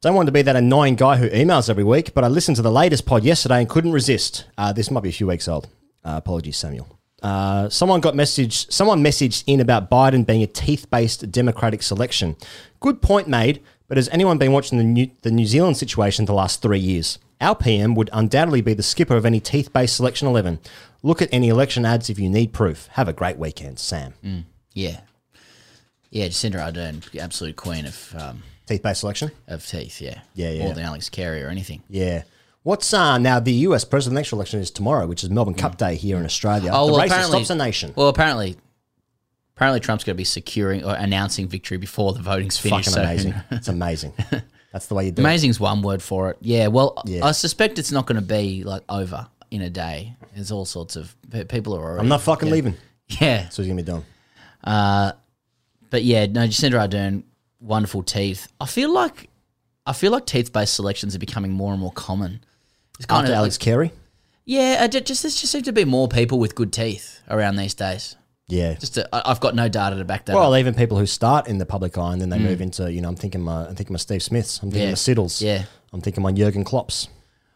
Don't want to be that annoying guy who emails every week, but I listened to the latest pod yesterday and couldn't resist. Uh, this might be a few weeks old. Uh, apologies, Samuel. Uh, someone got message. Someone messaged in about Biden being a teeth-based democratic selection. Good point made. But has anyone been watching the New, the New Zealand situation the last three years? Our PM would undoubtedly be the skipper of any teeth-based selection eleven. Look at any election ads if you need proof. Have a great weekend, Sam. Yeah. Yeah, Jacinda Ardern, absolute queen of um, Teeth-based selection. of teeth. Yeah. Yeah, yeah. More than Alex Carey or anything. Yeah. What's uh, now the US presidential election is tomorrow, which is Melbourne Cup Day here in Australia. Mm. Oh, the well, race that apparently- stops a nation. Well, apparently, apparently Trump's going to be securing or announcing victory before the voting's finished. Fucking so- amazing. it's amazing. That's the way you do it. Amazing's one word for it. Yeah. Well, Yeah. I suspect it's not going to be like over in a day. There's all sorts of pe- people are already. I'm not fucking yeah. leaving. Yeah. That's what you're gonna be doing. Uh, But yeah, no, Jacinda Ardern, wonderful teeth. I feel like, I feel like teeth-based selections are becoming more and more common. It's kind After of Alex Carey? yeah. I ju- just there's just seems to be more people with good teeth around these days. Yeah. Just to, I, I've got no data to back that Well, up. Mm. even people who start in the public eye and then they move into, you know, I'm thinking my I'm thinking my Steve Smiths, I'm thinking my Yeah. Siddles. Yeah. I'm thinking my Jurgen Klopps.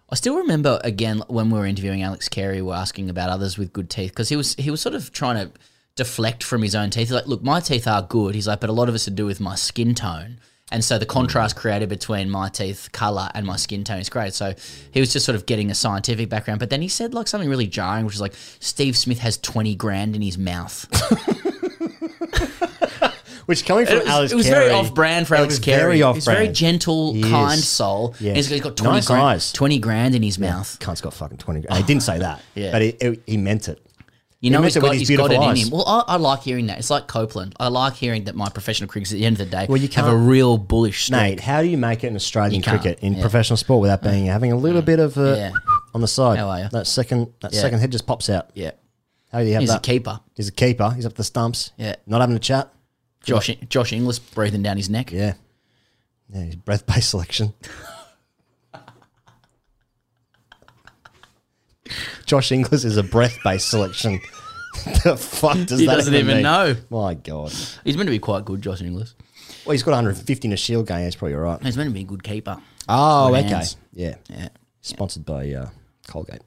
I still remember again when we were interviewing Alex Carey, we were asking about others with good teeth because he was he was sort of trying to deflect from his own teeth. He's like, look, my teeth are good. He's like, but a lot of it's to do with my skin tone, and so the Mm. contrast created between my teeth color and my skin tone is great. So he was just sort of getting a scientific background, but then he said like something really jarring, which is like Steve Smith has twenty grand in his mouth. Which coming from it was, Alex it was Carey, very off-brand for it Alex was Carey. Very off-brand. He's a very gentle, He kind is. soul. Yeah. And he's got- he's got 20 Nice grand, eyes. 20 grand in his mouth. Cunt's got fucking 20 grand. He didn't say that, Yeah. but he, he- he meant it. You know, he meant he's it got, with his he's got it beautiful in eyes. him. Well, I, I like hearing that. It's like Copeland. I like hearing that my professional cricketers at the end of the day Well, you have a can't- real bullish streak. Mate, how do you make it in Australian You can't, cricket in yeah. Mm. professional sport without being having a little bit of uh, Yeah. on the side? How are you? That second that Yeah. second head just pops out. Yeah. How do you have He's a that? keeper. He's a keeper. He's up the stumps. Yeah. Not having a chat. Josh, Josh Inglis breathing down his neck. Yeah. Yeah, his breath based selection. Josh Inglis is a breath based selection. the fuck does He that doesn't even mean? know. My God. He's meant to be quite good, Josh Inglis. Well, he's got 150 in a shield game. That's probably all right. He's meant to be a good keeper. Oh, Good okay. hands. Yeah. Yeah. Sponsored by uh, Colgate.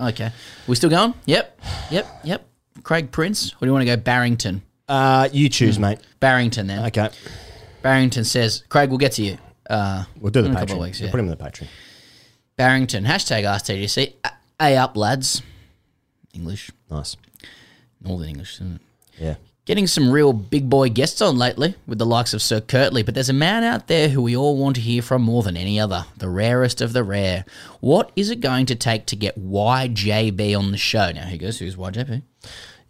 Okay. We still going? Yep. Yep. Yep. Craig Prince. Or do you want to go Barrington? Uh, you choose, mate. Barrington then. Okay. Barrington says, Craig, we'll get to you. Uh, We'll do the in a couple Patreon. of weeks. We'll Yeah. put him in the Patreon. Barrington. Hashtag RTDC. A, a up, lads. English. Nice. Northern English, isn't it? Yeah. Getting some real big boy guests on lately with the likes of Sir Curtly, but there's a man out there who we all want to hear from more than any other, the rarest of the rare. What is it going to take to get YJB on the show? Now, here goes, who's YJB?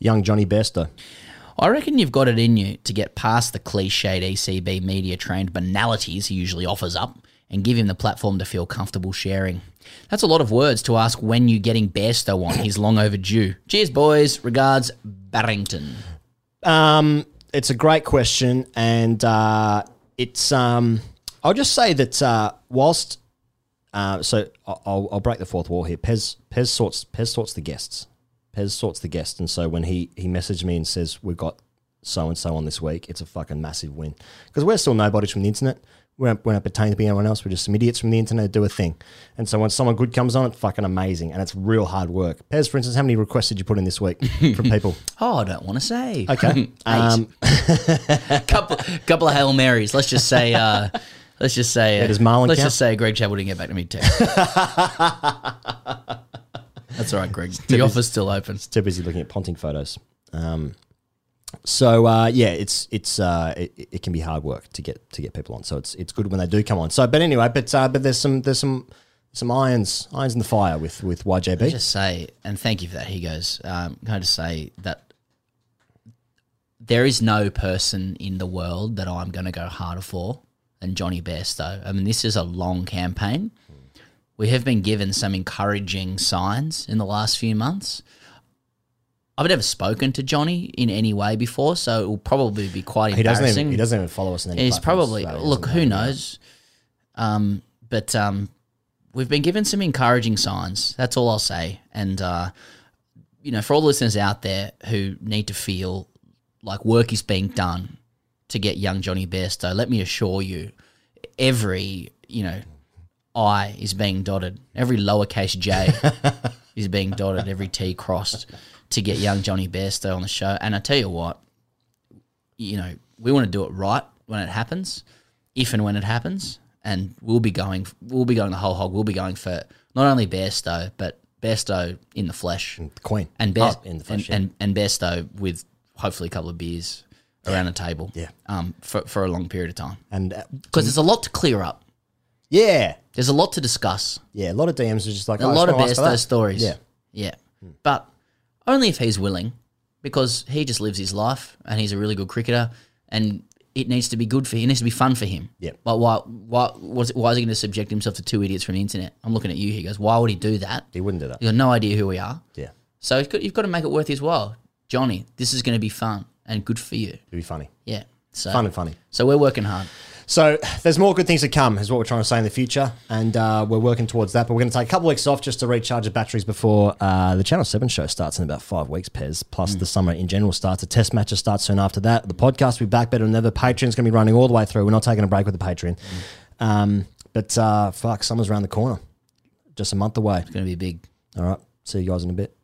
Young Johnny Bester. I reckon you've got it in you to get past the cliched E ECB media trained banalities he usually offers up and give him the platform to feel comfortable sharing. That's a lot of words to ask when you're getting Bairstow on. He's long overdue. Cheers, boys. Regards, Barrington. Um, it's a great question, and uh, it's. Um, I'll just say that uh, whilst, uh, so I- I'll, I'll break the fourth wall here. Pez Pez sorts Pez sorts the guests. Pez sorts the guests, and so when he he messaged me and says we've got so and so on this week, it's a fucking massive win because we're still nobodies from the internet. We're not, we're not pertaining to be anyone else. We're just some idiots from the internet who do a thing. And so when someone good comes on, it's fucking amazing, and it's real hard work. Pez, for instance, how many requests did you put in this week from people? Oh, I don't want to say. Okay, um, couple couple of hail marys. Let's just say. Uh, let's just say. Yeah, does Marlon Let's count? just say Greg Chappell didn't get back to me too. That's all right, Greg. The offer's still open. too busy looking at ponting photos. Um, so uh, yeah, it's it's uh, it, it can be hard work to get to get people on. So it's it's good when they do come on. So but anyway, but uh, but there's some there's some some irons irons in the fire with with YJB. Just say, and thank you for that. He goes. Um, can I just say that there is no person in the world that I'm going to go harder for than Johnny Bairstow. I mean, this is a long campaign. We have been given some encouraging signs in the last few months. I've never spoken to Johnny in any way before, so it will probably be quite he doesn't embarrassing. even he doesn't even follow us. In any He's platforms, probably so he look. doesn't Who know. knows? Um, but um, we've been given some encouraging signs. That's all I'll say. And uh, you know, for all the listeners out there who need to feel like work is being done to get young Johnny Bairstow, let me assure you, every you know, I is being dotted. Every lowercase j is being dotted. Every t crossed to get young Johnny Bairstow on the show. And I tell you what you know, we want to do it right when it happens, if and when it happens, and we'll be going, we'll be going the whole hog. We'll be going for not only Bairstow, but Bairstow in the flesh, The Queen and Bear, Oh, in the flesh, and, and, and Bairstow with hopefully a couple of beers around the table, Yeah. um, for for a long period of time, yeah. and uh, because there's a lot to clear up. yeah There's a lot to discuss. yeah a lot of DMs are just like A oh, lot of it's not us for Bairstow that. stories. Yeah, yeah, but only if he's willing, because he just lives his life and he's a really good cricketer, and it needs to be good for him. It needs to be fun for him. Yep. But why? Why? What's, why is he going to subject himself to two idiots from the internet? I'm looking at you. He goes, why would he do that? he wouldn't do that. You got no idea who we are. Yeah, So you've got, you've got to make it worth his while, Johnny. This is going to be fun and good for you. it'd be funny, Yeah. So fun and funny. So we're working hard. So there's more good things to come, is what we're trying to say in the future, and uh, we're working towards that. But we're going to take a couple weeks off just to recharge the batteries before uh, the Channel Seven show starts in about five weeks. Pez plus the summer in general starts. The test matches start soon after that. The podcast will be back better than ever. Patreon's going to be running all the way through. We're not taking a break with the Patreon. Um, but uh, fuck, summer's around the corner, just a month away. It's going to be big. All right, see you guys in a bit.